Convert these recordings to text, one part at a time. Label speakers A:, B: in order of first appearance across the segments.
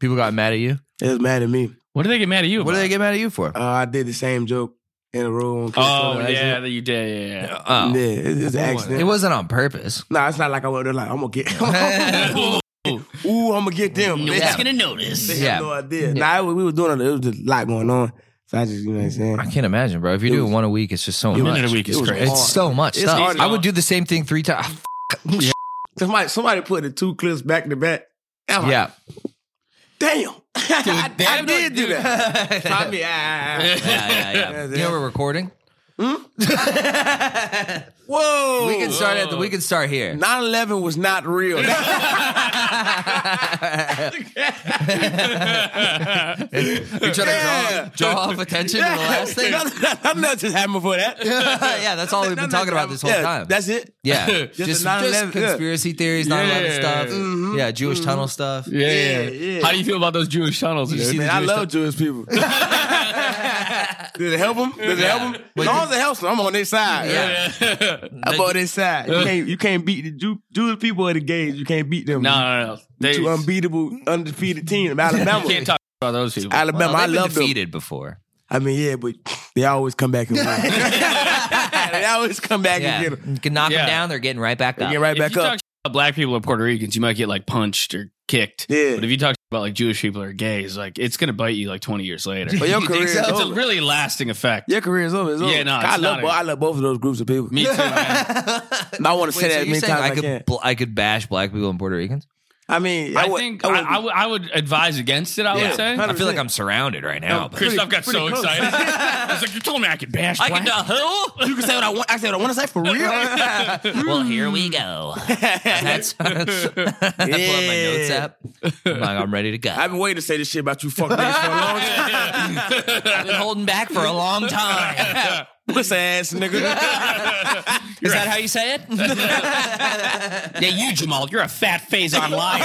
A: People got mad at you.
B: It was mad at me.
C: What do they get mad at you?
A: What do
C: about?
A: they get mad at you for?
B: Uh, I did the same joke in a room. On
C: Oh
B: Corona,
C: yeah,
B: actually.
C: that you did. Yeah, yeah.
A: Oh.
B: yeah. It's, it's an accident.
A: It wasn't on purpose.
B: Nah, it's not like I went there like I'm gonna get. Ooh, I'm gonna get them.
A: No
B: bitch.
A: one's gonna
C: notice.
B: They
A: Yeah.
B: have no idea. Nah, it, was- we were doing it. It was just a lot going on. So I just, you know what I'm saying.
A: I can't imagine, bro. If you're
B: It
A: doing
B: was-
A: one a week, it's just so
B: it was-
A: much.
C: Minute a week is
B: it was
C: crazy.
A: It's
B: hard.
A: so much
B: It's
A: stuff.
C: hard,
A: I
C: y'all.
A: would do the same thing three times.
B: Somebody, somebody put the two clips back to back. I'm like,
A: yeah,
B: damn. I, I
C: damn,
B: did do
C: dude.
B: that. I mean, ah, ah, ah.
A: yeah, yeah, yeah. You know we're recording.
B: whoa.
A: We can start at the. We can start here.
B: 9/11 was not real.
A: You're trying
B: Yeah.
A: to draw, draw off attention to the last thing.
B: Nothing, nothing just happened before that.
A: yeah, that's all we've been
B: Nothing
A: talking about
B: happened-
A: this whole
B: yeah,
A: time.
B: That's it.
A: yeah, just,
B: Just the
A: just,
B: 9/11, yeah. Mm-hmm.
A: conspiracy theories, 9 11
C: Yeah.
A: stuff. Yeah, Jewish tunnel stuff.
C: Yeah, yeah,
B: Yeah, yeah.
C: How do you feel about those Jewish tunnels?
A: You
C: dude?
A: see
B: Man,
A: the
B: I
A: Jewish
B: love Jewish people. Did it help them? Did it help them? As long as it helps them, I'm on their side.
A: Yeah.
B: I'm on their side. You can't, you can't beat the Jew, Jewish people of the gays. You can't beat them.
C: no, no, no. They,
B: Two
C: you
B: unbeatable, undefeated team. Alabama.
C: can't talk about those people.
B: Alabama,
A: Well,
B: I
A: Oh, they've been
B: love them.
A: defeated before.
B: I mean, yeah, but they always come back and win. they always come back
A: Yeah,
B: and get them.
A: you can knock
C: Yeah.
A: them down. They're getting right back
B: They
A: up.
B: get right
C: if
B: back
C: you
B: up.
C: talk about black people or Puerto Ricans, you might get like punched or kicked.
B: Yeah.
C: But if you talk about like Jewish people or gays, like it's gonna bite you like twenty years later.
B: but your
A: You think
B: career
A: so?
B: is
C: it's a
B: over.
C: really lasting effect.
B: Your career is over. It's
C: Yeah,
B: over.
C: no,
B: I
C: it's
B: love,
C: not
B: bo-
C: a-
B: I love both of those groups of people.
C: Me too. Man.
B: I want to
A: Wait, so
B: say that as
A: you're
B: many
A: saying
B: times as
A: I
B: I
A: could
B: can.
A: bl- I could bash black people and Puerto Ricans.
B: I mean,
C: I
B: would-
C: think
B: I
C: I,
B: would-
C: I, would, I would advise against it. I would say.
B: 100%.
A: I feel like I'm surrounded right now. But
C: Christoph Oh, got so excited. He's like, "You told me I uh, could bash."
A: I can
C: black."
A: do
B: you can say what I want. I can say what I want to say for real.
A: who? well, here we go. That's I pull out my notes app. I'm like, I'm ready to go.
B: I've been waiting to say this shit about you fuck niggas for a long time.
A: I've been holding back for a long time.
B: Pussy ass nigga.
A: Is that how you say it?
C: Yeah, you Jamal, you're a fat phase on liar.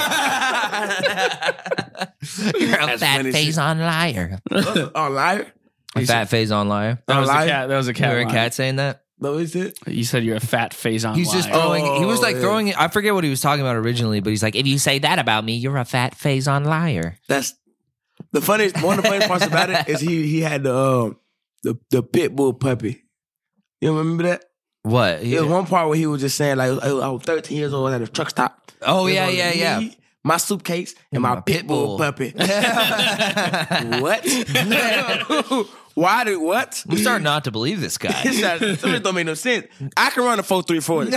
A: You're a fat
B: funny
A: phase on liar.
B: oh, liar?
A: A fat phase on liar.
C: that was
B: liar?
C: a cat. That was a cat.
A: Remember a
C: lie.
A: cat saying that?
B: No, is it?
C: You said you're a fat phase on
A: He's
C: liar.
A: just throwing. he was like
B: Oh, yeah.
A: throwing. it- I forget what he was talking about originally, but he's like, if you say that about me, you're a fat phase on liar.
B: That's the funniest. One of the funniest parts about it is he he had the um the the pit bull puppy. You remember that?
A: What?
B: There was one part where he was just saying like I was 13 years old at a truck stop.
A: oh
B: It was
A: yeah,
B: on
A: yeah, yeah.
B: me, My suitcase and my,
A: my
B: pit
A: pit bull.
B: bull puppy. what? Why did what?
A: I'm starting not to believe this guy.
B: This something don't make no sense. I can run a four three forty.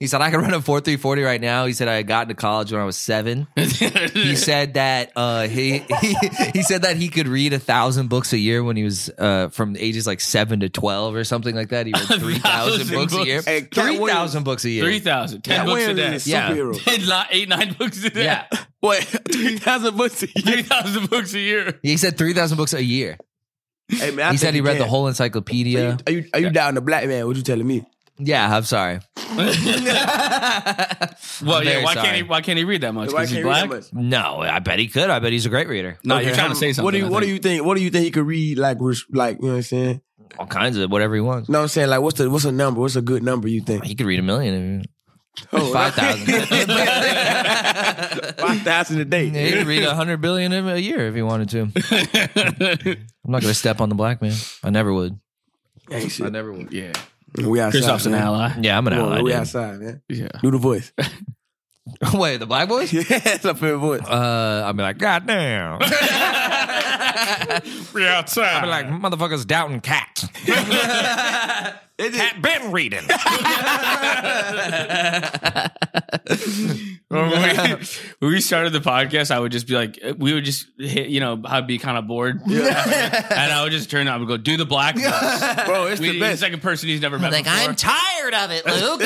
A: He said I could run a four three forty right now. He said I got into college when I was seven. he said that uh, he, he he said that he could read a thousand books a year when he was uh, from the ages like seven to twelve or something like that. He read three thousand
C: thousand
A: books a
C: books.
A: year.
B: Hey, Cat
A: Three
B: Williams-
A: thousand books a year.
C: three thousand, ten
B: Cat
C: books a day.
B: Williams is a
A: Yeah.
B: superhero.
C: Ten, li- eight, nine books a day.
A: yeah.
B: What? Three thousand books a year.
C: three thousand books a year.
A: He said three thousand books a year.
B: Hey, man, I
A: he said
B: think
A: he
B: you
A: read the
B: can.
A: whole encyclopedia.
B: Are you are you down to black man? What you telling me?
A: Yeah, I'm sorry.
C: Well, yeah.
A: very
C: Why can't
A: sorry.
C: he? Why can't he read that much?
B: Why
C: Because he's
B: can't you read
C: black.
B: that much?
A: No, I bet he could. I bet he's a great reader.
C: No,
B: Okay,
C: you're trying to say something.
B: What do you
C: I
B: What do
C: think.
B: you think? What do you think he could read? Like, res- like you know what I'm saying?
A: All kinds of whatever he wants.
B: No, I'm saying like, what's the what's a number? What's a good number? You think
A: He could read a million.
B: Oh,
A: Five thousand.
B: five thousand a day?
A: Yeah, he could read a hundred billion a a year if he wanted to. I'm not going to step on the black man. I never would.
B: Hey, shit.
C: never would. Yeah.
B: We outside.
C: Christoph's an
B: man.
C: ally.
A: Yeah, I'm an
B: Come on,
A: ally.
B: we
A: dude.
B: outside, man.
C: Yeah.
B: Do the voice.
A: Wait, the black boys?
B: yeah, that's my favorite voice.
A: Uh, I'd be like, God damn. I'd
C: We outside.
A: be like, motherfuckers doubting cat. cat been reading.
C: when we, when we started the podcast, I would just be like, we would just hit, you know, I'd be kind of bored. and I would just turn up and go, do the black voice.
B: Bro, it's
C: We-
B: the
C: He's
B: best.
C: like a person he's never met
A: like,
C: before.
A: I'm tired of it, Luke.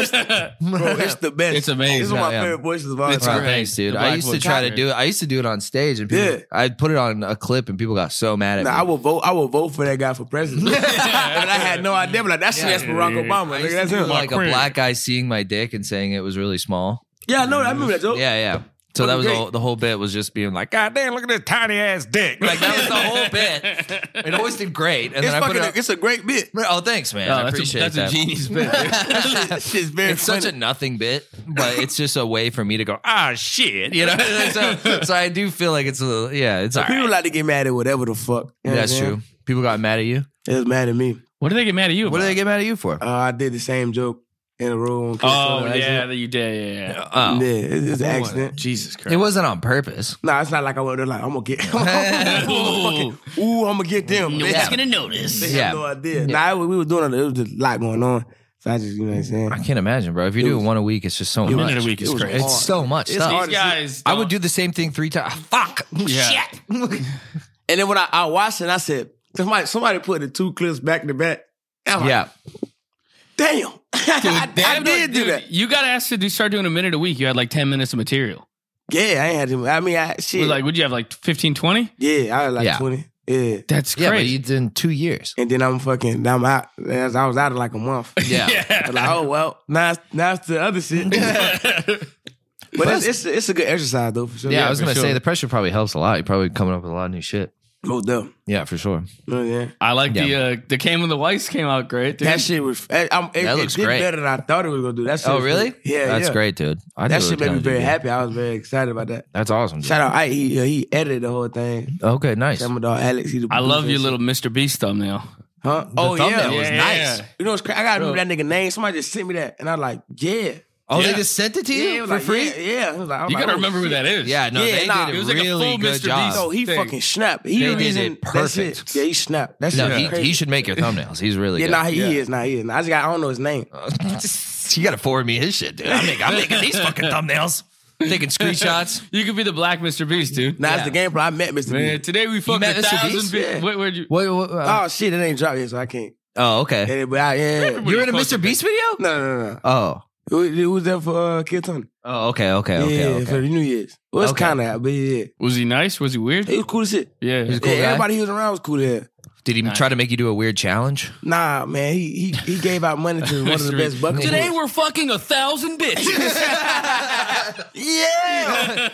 B: Bro, it's the best.
C: It's amazing.
B: It's one of my
A: Yeah, yeah.
B: favorite voices of all
C: It's
A: Wow,
B: time.
C: great.
A: thanks, dude.
C: The
A: I
C: black
A: used to
C: voice.
A: try to do it. I used to do it on stage, and people,
B: Yeah.
A: I'd put it on a clip, and people got so mad at
B: Nah,
A: me.
B: I will vote. I will vote for that guy for president. and I had no idea. But like, that's that's Barack Obama. Nigga, that's him.
A: like a
C: queen.
A: black guy seeing my dick and saying it was really small.
B: yeah, I know. I remember that joke.
A: Yeah, yeah. So that was the
B: Fucking
A: whole, the whole bit was just being like, God damn, look at this tiny ass dick. Like that was the whole bit. It always did great, and
B: It's
A: then I put
B: fucking.
A: it.
B: A,
A: Up,
B: it's a great bit.
A: oh, thanks, man. I
C: that's
A: appreciate
C: a, that's
A: that.
C: a genius bit.
B: It's very
A: it's
B: funny.
A: such a nothing bit, but it's just a way for me to go, ah, shit, you know. so, so I do feel like it's a little, yeah, it's all
B: People
A: right.
B: like to get mad at whatever the fuck. You know what
A: That's
B: I'm saying?
A: true. People got mad at you.
B: They was mad at me.
C: what do they get mad at you?
A: What do
C: about?
A: they get mad at you for?
B: Uh, I did the same joke in a room. on
C: Oh
B: Kickstarter,
C: yeah,
B: actually.
C: that you did. Yeah, yeah.
A: Oh.
B: yeah. It's, it's an
C: Oh,
B: accident.
C: Jesus Christ.
A: It wasn't on purpose.
B: Nah, it's not like I went there like I'm gonna get. I'm gonna fucking- ooh, I'm gonna get them.
A: one's
B: bitch.
A: gonna
C: notice.
B: They
A: Yeah.
B: had no idea. Nah, we we was doing it. It was just a lot going on. So I just, you know what I'm saying.
A: I can't imagine, bro. If you're
B: It
A: doing
B: was-
A: one a week, it's just so
B: it
A: much.
B: was-
C: Minute a week is
B: it was
C: crazy.
A: It's
B: hard.
A: so much
B: It's
A: stuff.
B: hard
C: These
B: to
C: guys,
A: I would do the same thing three times. Fuck.
C: Yeah.
A: Shit.
B: And then when I, I watched it, I said, somebody, somebody put the two clips back to back. And I'm like,
A: yeah.
B: damn. I, I did do
C: dude,
B: that.
C: You got asked to do start doing a minute a week. You had like ten minutes of material.
B: Yeah, I ain't had to. I mean, I
C: It
B: shit.
C: was Like, would you have like 15, 20?
B: yeah, I was like
A: Yeah.
B: 20. Yeah.
C: That's
A: Yeah, but
C: crazy.
A: you did in two years.
B: And then I'm fucking, now I'm out. As I was out in like a month.
A: Yeah.
B: I was like, oh, well, now it's, now it's the other shit. but it's, it's, it's a good exercise, though, for sure.
A: Yeah, I was
C: for
A: gonna say
C: sure.
A: the pressure probably helps a lot. You're probably coming up with a lot of new shit.
B: Most dope.
A: Yeah, for sure.
B: Oh, yeah.
C: I like
A: Yeah.
C: the uh, the came of the Weiss came out great. Dude.
B: That shit was, I, I'm, it,
A: That
B: it
A: looks
B: did
A: great.
B: better than I thought it was going to do. That shit
A: Oh,
B: was-
A: really?
B: Yeah,
A: that's
B: yeah.
A: great, dude. I knew
B: That shit
A: it was
B: made me
A: gonna
B: very
A: do
B: happy. I was very excited about that.
A: good. That's awesome. Dude.
B: Shout out Ike. He, he edited the whole thing.
A: Okay, nice.
B: Shout out my dog Alex. He the
C: I love
B: producer.
C: your little Mr. Beast thumbnail.
B: Huh? oh yeah.
A: thumbnail was
C: Yeah.
A: nice.
B: You know what's crazy? I gotta
C: Bro.
B: remember that nigga name. Somebody just sent me that, and I was like, yeah,
A: Oh,
C: Yeah.
A: they just sent it to
B: yeah,
A: you
B: it was
A: for
B: like,
A: free.
B: Yeah, yeah. It was like- I was
C: You
B: like,
C: gotta
B: oh,
C: remember who
B: shit.
C: that is.
A: Yeah, no,
B: Yeah,
A: they
B: nah,
A: did
C: it
A: a
C: was like a
A: really
C: full
A: good
C: Mr.
A: job.
C: Beast.
B: So he
C: Thing.
B: fucking snapped.
A: They
B: He the
A: did
B: reason,
A: it
B: that shit-
A: perfect.
B: Yeah, he snapped. That's
A: No,
B: shit
A: he,
B: crazy.
A: he should make your thumbnails. He's really
B: Yeah,
A: good.
B: nah, he is. Nah, he is. Nah, I just got. I don't know his name.
A: you gotta forward me his shit, dude. I'm, make, I'm making these fucking thumbnails, taking screenshots.
C: You could be the black Mr. Beast, dude.
B: Nah, it's the game plan. I met Mr.
C: Man,
B: B.
C: today we fucked
A: met
C: a
A: Mr.
C: thousand
A: Beast?
C: people.
B: Yeah.
C: Wait, where'd you?
A: What? what uh,
B: Oh shit, it ain't dropped yet, so I can't.
A: oh, okay.
B: Yeah, but I, yeah.
C: Everybody-
A: You're in a Mr.
C: fucking-
A: Beast video?
B: No, no, no, no.
A: Oh,
B: Who, who was there for uh, Kid Tony?
A: oh, okay, okay, okay,
B: yeah,
A: okay.
B: for the New Year's. Well, it's
A: Okay.
B: kind of, but yeah,
C: Was he nice? Was he weird?
B: it was cool as shit.
C: Yeah.
A: He's cool
B: yeah,
A: guy?
B: everybody he was around was cool there.
A: Did he try to make you do a weird challenge?
B: Nah, man, he he, he gave out money to one of the best bucket.
C: Today
B: holders.
C: we're fucking a thousand bitches.
B: yeah,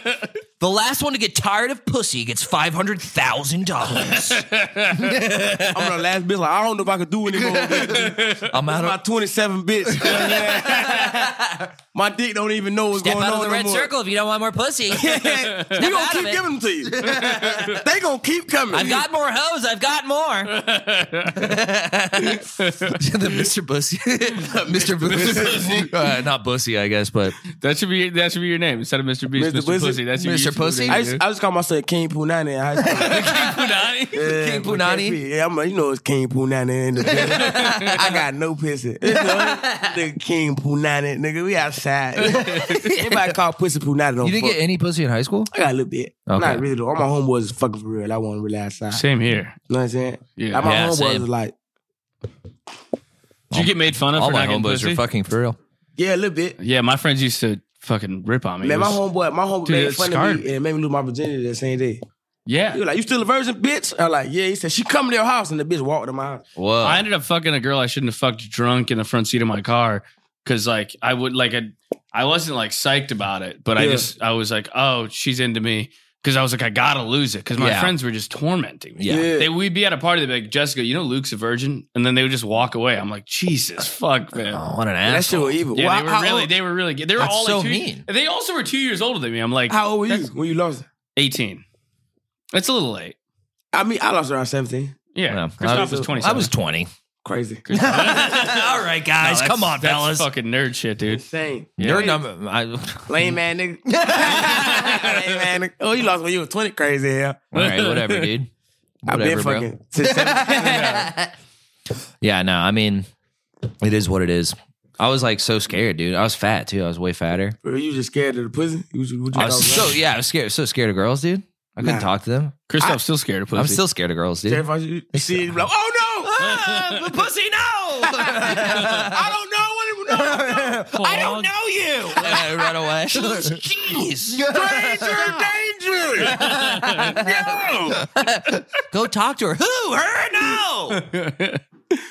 A: The last one to get tired of pussy gets five hundred thousand dollars.
B: I'm the last bitch. Like I don't know if I could do anymore. bitch.
A: I'm out
B: My
A: of
B: 27 bitch. My dick don't even know what's
A: step
B: going
A: out
B: on
A: of the
B: no
A: red
B: more.
A: circle if you don't want more pussy.
B: we
A: out
B: gonna
A: of
B: keep
A: it.
B: giving them to you. they gonna keep coming.
A: I've got more hoes. I've got more. the Mr. Bussy, Mr. Bussy, uh, not Bussy, I guess, but
C: that should be that should be your name instead of Mr. Beast.
B: Mr.
C: Mr.
B: Pussy.
C: Pussy. That's your
A: Mr.
C: YouTube
A: Pussy?
B: I
C: name,
B: just,
C: dude.
B: I just call myself King Punani in high school.
C: Punani?
B: Yeah,
A: King
B: but
A: Punani?
B: can't be- Yeah, I'm, a- you know it's King Punani in the I got no pussy. It's the the King Punani, nigga. We outside. Anybody call pussy Punani don't
A: you didn't
B: fuck.
A: get any pussy in high school.
B: I got a little bit.
A: Okay.
B: Not really though. All my homeboys is fucking for real. I wasn't really outside.
C: Same here.
B: You know what I'm saying?
C: Yeah.
B: Like my
A: Yeah,
B: homeboys
A: same.
B: was like,
C: Did you get made fun of
A: All
C: for
A: my
C: not getting
A: homeboys
C: pussy?
A: are fucking for real.
B: yeah, a little bit.
C: yeah, my friends used to fucking rip on me.
B: Man,
C: It
B: my
C: was-
B: homeboy, my homeboy
C: Dude,
B: made
C: it's
B: fun
C: scarred.
B: of me and made me lose my virginity that same day.
C: yeah.
B: He was like, "You still a virgin, bitch?" I was like, "Yeah." He said, "She come to your house," and the bitch walked to my house.
A: Whoa,
C: I ended up fucking a girl I shouldn't have fucked drunk in the front seat of my car because like I would like I, I wasn't like psyched about it, but I
B: Yeah.
C: just I was like, oh, she's into me because I was like, I gotta lose it because my
A: Yeah.
C: friends were just tormenting me.
A: Yeah.
C: They, we'd be at a party, they'd be like, Jessica, you know Luke's a virgin, and then they would just walk away. I'm like, Jesus, fuck, man.
A: oh, what an
B: that shit
A: asshole!
B: was evil.
C: Yeah,
B: Well,
C: they were
B: Uh-huh. how,
C: really,
B: old,
C: they were really, they were
A: That's
C: all like
A: so
C: two,
A: mean.
C: They also were two years older than me. I'm like
B: how old were you
C: That's-
B: when you lost her?
C: 18. That's a little late.
B: I mean, I lost her around seventeen.
C: Yeah,
A: Yeah. I
C: Christoph was 27.
A: I was twenty.
B: Crazy,
A: all right,
C: No,
A: guys,
C: that's-
A: come on,
C: that's
A: fellas.
C: Fucking nerd shit, dude.
B: insane,
A: Your
C: Yeah.
A: number, I, all
B: lame man, nigga. lame man, nigga. Oh, you lost when you was twenty. Crazy hell.
A: right, whatever, dude.
B: I've been
A: Whatever, bro.
B: fucking since 17.
A: Yeah, no, I mean, it is what it is. I was like so scared, dude. I was fat too. I was way fatter.
B: Were you just scared of the pussy? You, you, what you
A: I was
B: thought
A: so
B: was
A: yeah, I was scared. So scared of girls, dude. I couldn't
B: Nah.
A: talk to them.
C: Christoph's still scared of pussy.
A: I'm still scared of girls, dude.
B: terrified. You, you see, it, you be like, oh no,
A: pussy, no!
B: I don't know what it no, no.
A: I don't know you. And I run away.
B: Danger, danger.
A: Go talk to her. Who? Her? No.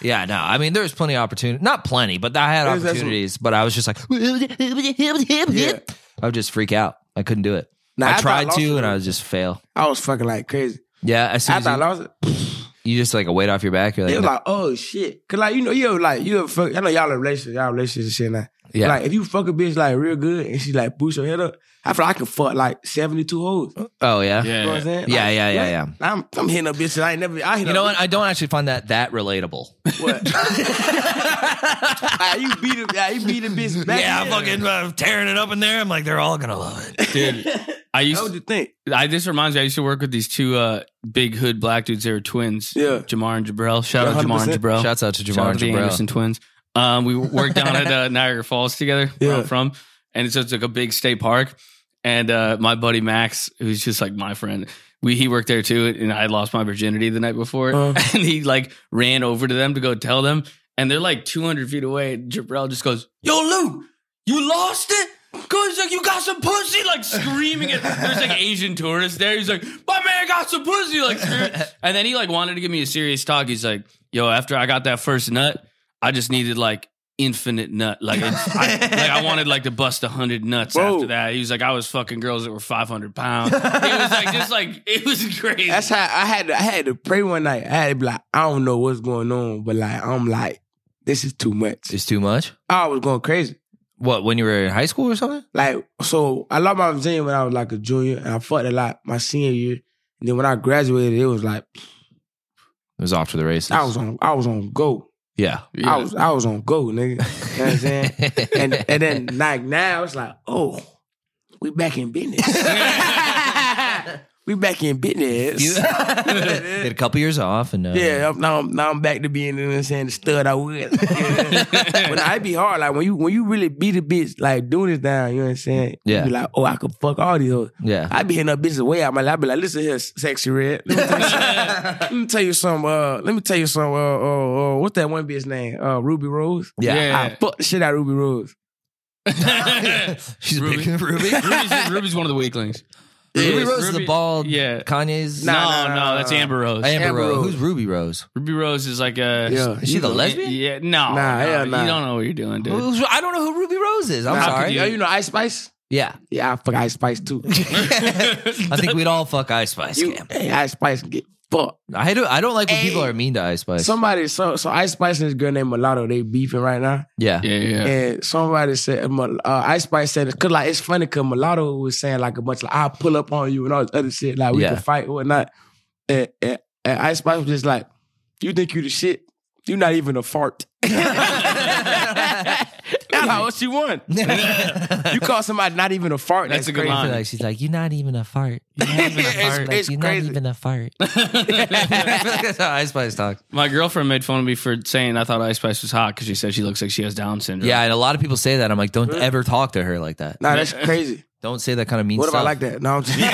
A: yeah, no. I mean, there was plenty of opportunity. Not plenty, but I had
B: There's- that's-
A: opportunities. But I was just like, I would just freak out. I couldn't do it.
B: Nah,
A: I
B: after
A: tried
B: lost
A: to,
B: it,
A: and I was just fail.
B: oh! I was fucking like crazy.
A: Yeah, as soon as
B: After I
A: you,
B: lost it,
A: you just like a weight off your back, you're
B: it
A: like,
B: was
A: "No."
B: like, oh shit. Cause like you know, you ever like you ever fuck. I know y'all in relationships, y'all in relationships and shit now.
A: yeah,
B: Like if you fuck a bitch like real good and she like boost your head up, I feel like I can fuck like seventy two hoes. You
A: oh yeah.
C: Yeah.
B: know what I'm saying?
A: Yeah,
B: Like,
A: yeah, yeah,
B: what?
A: yeah.
B: I'm I'm hitting a bitch. that I ain't never. I hit
A: You
B: a
A: know what? I don't actually find that that relatable.
B: bitch- What? Ah, you beat a yeah, you beat a bitch back.
A: yeah, I'm
B: then.
A: fucking uh, tearing it up in there. I'm like, they're all gonna love it.
C: dude. I
B: That what
C: used
B: you think?
C: I this reminds me, I used to work with these two uh big hood black dudes. They were twins.
B: Yeah.
C: Jamar and Jabril. Shout
B: Yeah,
C: out Jamar and
B: 100%.
C: Jabril.
A: Shouts out to
C: Shout
A: Jamar
C: out to the Anderson
A: Jabril.
C: twins. Um, we worked down at uh, Niagara Falls together, where I'm
B: Yeah.
C: from, and so it's like a big state park. And uh, my buddy Max, who's just like my friend, we he worked there too, and I lost my virginity the night before,
B: Uh.
C: and he like ran over to them to go tell them, and they're like 200 feet away. And Jabril just goes, "Yo, Lou, you lost it." Cause like you got some pussy, like screaming it. There's like Asian tourists there. He's like, my man got some pussy, like screaming. And then he like wanted to give me a serious talk. He's like, yo, after I got that first nut, I just needed like infinite nut. Like, it's, I, like I wanted like to bust a hundred nuts
B: Whoa.
C: after that. He was like, I was fucking girls that were 500 pounds. It was like, just like, it was crazy.
B: That's how I had to, I had to pray one night. I had to be like, I don't know what's going on, but like I'm like, this is too much.
A: It's too much.
B: I was going crazy.
A: What when you were in high school or something?
B: Like so, I lost my virginity when I was like a junior, and I fucked a lot my senior year. And then when I graduated, it was like
A: It was off to the races.
B: I was on I was on go.
A: yeah.
C: Yeah.
B: I was I was on go, nigga. You know what I'm saying? and and then like now it's like, oh, we back in business. we back in business.
A: You- Did a couple years off and uh,
B: Yeah, I'm, now I'm now I'm back to being you know what I'm saying the stud I was. but I be hard like when you when you really beat a bitch like doing this down. You know what I'm saying?
A: Yeah.
B: You be like, oh, I could fuck all these. Hoes.
A: yeah.
B: I be hitting up bitches way out my. life. I be like, listen here, sexy red. Let me tell you something. let me tell you some. Uh, let me tell you some. Uh, uh, uh, what's that one bitch name? Uh, Ruby Rose.
A: Yeah.
B: I fucked the shit out of Ruby Rose.
A: She's
C: Ruby.
A: big. Ruby.
C: Ruby's, Ruby's one of the weaklings.
A: Ruby Rose is the bald.
C: Yeah.
A: Kanye's.
B: Nah,
C: no,
B: nah,
C: no,
B: nah, nah,
C: that's
B: nah.
C: Amber Rose.
A: Amber,
B: Amber
A: Rose.
B: Rose.
A: Who's Ruby Rose?
C: Ruby Rose is like a
B: Yeah.
A: Is she the lesbian?
C: Yeah,
B: Nah,
C: no, no,
B: hell nah.
C: you don't know what you're doing, dude.
A: Who's- I don't know who Ruby Rose is. I'm
B: Nah,
A: sorry.
C: could
B: Oh, You, you know Ice Spice?
A: Yeah.
B: Yeah, I fuck Ice Spice too.
A: I think we'd all fuck Ice Spice.
B: you,
A: Cam.
B: hey, Ice Spice get fucked.
A: I do. I don't like when
B: Hey.
A: people are mean to Ice Spice.
B: Somebody, so so Ice Spice and this girl named Mulatto, they beefing right now.
A: yeah.
C: yeah, yeah.
B: And somebody said, Mul- uh, Ice Spice said, cause like it's funny, cause Mulatto was saying like a bunch of, like, I'll pull up on you and all this other shit, like we
A: Yeah.
B: can fight or whatnot. And, and, and Ice Spice was just like, you think you the shit? You not even a fart. That's how she won. You call somebody not even a fart.
C: That's
B: That's,
C: a good
B: crazy.
A: I
C: line.
A: feel like she's like, you're not even a fart.
B: it's
A: Like,
B: it's
A: you're
B: crazy.
A: not even a fart. I feel like that's how Ice Spice talks.
C: My girlfriend made fun of me for saying I thought Ice Spice was hot because she said she looks like she has Down syndrome.
A: Yeah, and a lot of people say that. I'm like, don't ever talk to her like that.
B: Nah, that's crazy.
A: Don't say that kind of mean
B: What if I
A: stuff.
B: like that? No, I'm just, what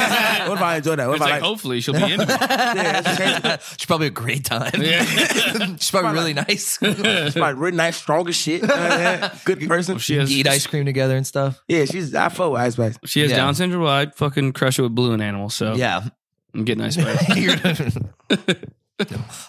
B: if I enjoy that? What
C: It's
B: if
C: like, oh.
B: I like?
C: hopefully she'll be into it.
B: Yeah, that's crazy.
A: She's probably a great time.
C: Yeah.
A: She's probably really nice.
B: She's probably really nice, strong as shit. You know what I'm saying? Good person.
C: She has,
A: Eat ice cream together and stuff.
B: Yeah, she's. I fuck with Ice Spice.
C: She has
A: Yeah.
C: Down syndrome. Well, I'd fucking crush it with balloon animals. So
A: Yeah.
C: I'm getting Ice Spice.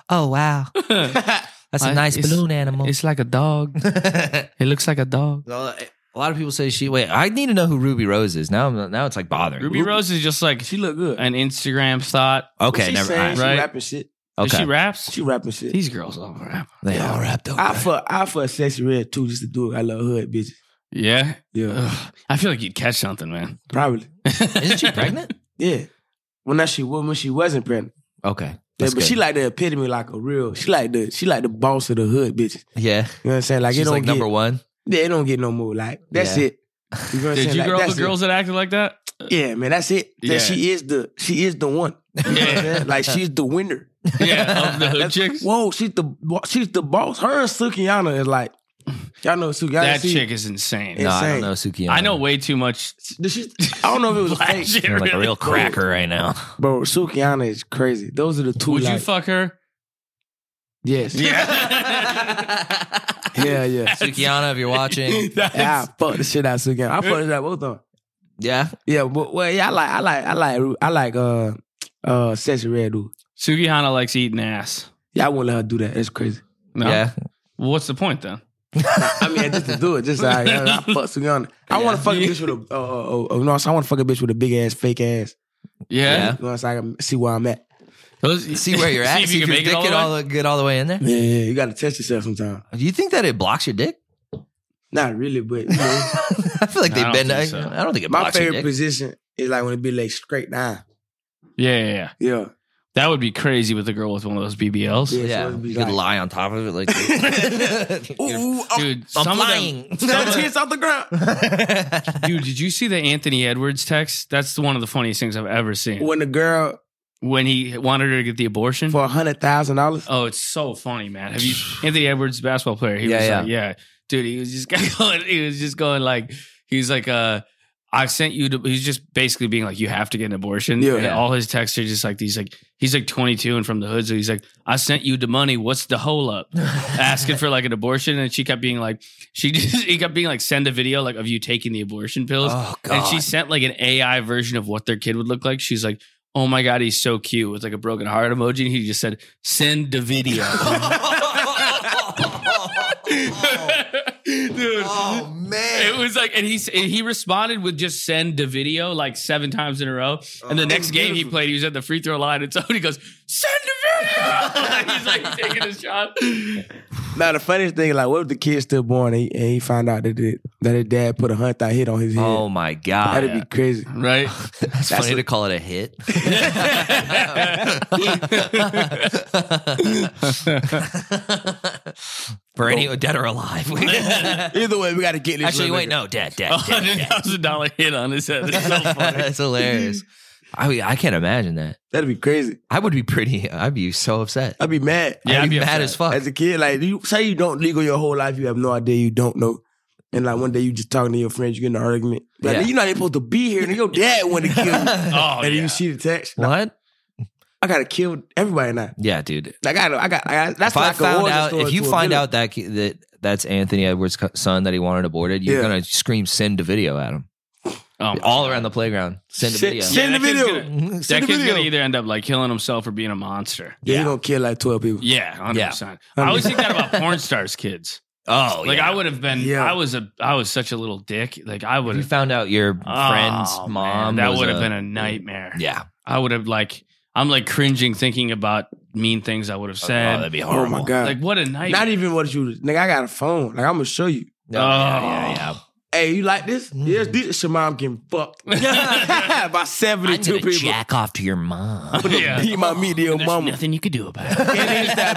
A: oh wow, that's
C: I-
A: a nice
C: it's-
A: balloon animal.
C: it's like a dog. It looks like a dog.
A: Well, a lot of people say she. Wait, I need to know who Ruby Rose is. Now, I'm- now it's like bothering.
C: Ruby Rose is just like
B: She look good.
C: an Instagram thought.
A: Okay,
B: she
A: never
B: sang,
A: mind.
C: Right.
B: She rapping shit.
C: Does
A: Okay,
C: She raps.
B: She rapping shit.
C: These girls all rap.
A: they all wrapped up.
B: I fuck. I fuck sexy red too, just to do it. I love hood bitches.
C: Yeah.
B: Yeah,
A: Uh-huh.
C: Ugh. I feel like you'd catch something, man.
B: probably.
A: Isn't she pregnant?
B: Yeah. Well, now she was when she wasn't pregnant.
A: Okay,
B: Yeah,
A: that's
B: but she
A: good.
B: like the epitome, like a real. She like the. She like the boss of the hood bitches.
A: yeah,
B: You know what I'm saying? Like it
A: she's
B: don't
A: like
B: get.
A: number one.
B: Yeah, it don't get no more. Like that's
A: Yeah.
B: it. You know what I'm
C: Did
B: saying?
C: you
B: Like,
C: grow up
B: that's
C: with
B: it.
C: girls that acted like that?
B: Yeah, man, that's it. That
C: Yeah.
B: she is the. She is the one. You know what I'm saying? Like she's the winner.
C: Yeah, of the hood
B: That's-
C: chicks.
B: Whoa, she's the bo- she's the boss. Her and Sukiana is like y'all know Sukiana.
C: That
B: she,
C: chick is insane.
A: No,
B: Yeah.
A: I don't
B: Insane.
A: know Sukiana.
C: I know way too much.
B: Did she- I don't know if it was
C: black
B: fake,
C: shit,
A: You're like a
C: really.
A: real cracker right now.
B: bro. Sukiana is crazy. Those are the two.
C: Would you
B: like,
C: fuck her?
B: Yes.
C: Yeah.
B: Yeah. Yeah.
A: Sukiana, if you're watching,
B: yeah. I fuck the shit out of Sukiana. I fuck it out both of them.
A: yeah,
B: Yeah. But well, yeah. I like. I like. I like. I like. Uh. Uh. Sexy red dude.
C: Sugihana likes eating ass.
B: Yeah. I won't let her do that. That's crazy.
C: No?
A: yeah.
C: Well, what's the point then?
B: I mean, just to do it, just like I, I fuck Suyana. I want to fuck a
C: Yeah.
B: bitch with a. Oh, oh, oh, oh, no, so I want to fuck a bitch with a big ass, fake ass.
A: Yeah.
C: Yeah.
B: You know, so I can see where I'm at.
C: Those-
A: See where you're at.
C: See if you can
A: your
C: make
A: dick
C: it all,
A: get
C: the way.
A: all the, get all the way in there.
B: Yeah, yeah, you got to test yourself sometimes.
A: Do you think that it blocks your dick?
B: Not really, but you know,
A: I feel like they've
C: No, I don't
A: been. I,
C: think so.
A: I don't think it
B: my
A: blocks your
B: favorite
A: dick.
B: position is like when it be like straight down.
C: Yeah, yeah, yeah.
B: Yeah,
C: That would be crazy with a girl with one of those BBLs.
B: Yeah.
A: yeah,
B: so it'd be
A: you
B: like-
A: could lie on top of it like. this.
B: ooh,
A: Oh,
C: Dude,
A: I'm
C: some of
A: flying.
C: them. some of them-
B: off the ground.
C: dude, did you see the Anthony Edwards text? That's one of the funniest things I've ever seen.
B: When the girl
C: When he wanted her to get the abortion.
B: for a hundred thousand dollars,
C: Oh, it's so funny, man. Have you Anthony Edwards, basketball player? He
A: Yeah,
C: was
A: yeah.
C: like, yeah, dude. He was just going. He was just going like he was like, uh, I sent you to. He's just basically being like, you have to get an abortion.
B: Yeah.
C: and all his texts are just like these. Like he's like 22 and from the hood, so he's like, I sent you the money. What's the hole up? Asking for like an abortion, and she kept being like, she just he kept being like, send a video like of you taking the abortion pills.
A: Oh god.
C: And she sent like an AI version of what their kid would look like. She's like, "Oh my god, he's so cute!" with like a broken heart emoji. And he just said, "Send the video."
A: Oh.
C: Dude,
A: oh
C: it
A: man.
C: was like, and he s- and he responded with just "send the video" like seven times in a row. And the
B: Oh,
C: next game he
B: beautiful.
C: played, he was at the free throw line, and somebody goes, "Send the video!" He's like taking a shot.
B: Now the funniest thing, like, what if the kid still born and he, and he found out that it, that his dad put a hundred thousand hit on his head?
A: Oh my god.
B: That'd be crazy.
C: Right?
A: It's
B: That's
A: funny
B: a-
A: to call it a hit. For any dead or alive.
B: Either way, we got to get this.
A: Actually,
B: little
A: wait,
B: nigga.
A: no, dead, dead,
C: A
A: dead.
C: hundred thousand dollar hit on his head. It's so funny.
A: That's hilarious. I mean, I can't imagine that.
B: That'd be crazy.
A: I would be pretty. I'd be so upset.
B: I'd be mad.
C: Yeah,
A: I'd
C: I'd
A: be,
C: be
A: mad
C: upset.
A: as fuck.
B: As a kid, like you say, you don't legal your whole life. You have no idea. You don't know. And like one day, you just talking to your friends, you get in an argument. Like,
A: Yeah.
B: you're not even supposed to be here, and your dad want to kill you. and
C: Oh,
B: then
C: yeah.
B: you see the text. Nah,
A: what?
B: I gotta kill everybody now.
A: Yeah, dude.
B: Like I, gotta- I got, I got. That's
A: if I
B: like a
A: found
B: origin
A: out,
B: story
A: if you
B: to a
A: find
B: villain.
A: out that ki- that that's Anthony Edwards' co- son that he wanted aborted, you're
B: Yeah.
A: gonna scream send a video at him
C: Oh my
A: all
C: God.
A: around the playground. Send a
B: Shit,
A: video.
B: shit. Send
C: that
B: the
C: kid's
B: video.
C: gonna-
A: Mhm.
C: that
A: Send a
C: kid's
A: video.
C: gonna either end up like killing himself or being a monster.
B: yeah,
A: Yeah.
B: you gonna kill like twelve people.
C: Yeah, hundred percent.
B: Yeah.
C: I always think that about porn stars' kids.
A: Oh,
C: Like
A: yeah.
C: I would have been.
B: Yeah.
C: I was a. I was such a little dick. Like I
A: If
C: would
A: you
C: have.
A: found out your
C: Oh,
A: friend's
C: man,
A: mom,
C: that
A: was
C: would have been a nightmare.
A: Yeah.
C: I would have like. I'm like cringing thinking about mean things I would have
A: oh,
C: said.
A: that'd be
B: Oh
A: horrible.
B: my god!
C: like what a nightmare.
B: Not even what you, nigga. I got a phone. Like I'm gonna show you.
A: No,
C: Oh.
A: yeah, yeah,
B: Hey, you like this?
A: Mm.
B: Yes, this is your mom getting fucked by
A: yeah. I'm
B: 72
A: gonna
B: people.
A: jack off to your mom.
C: Yeah.
B: Be my media
C: There's
B: mama.
C: nothing you could do about it.
B: Can't even stop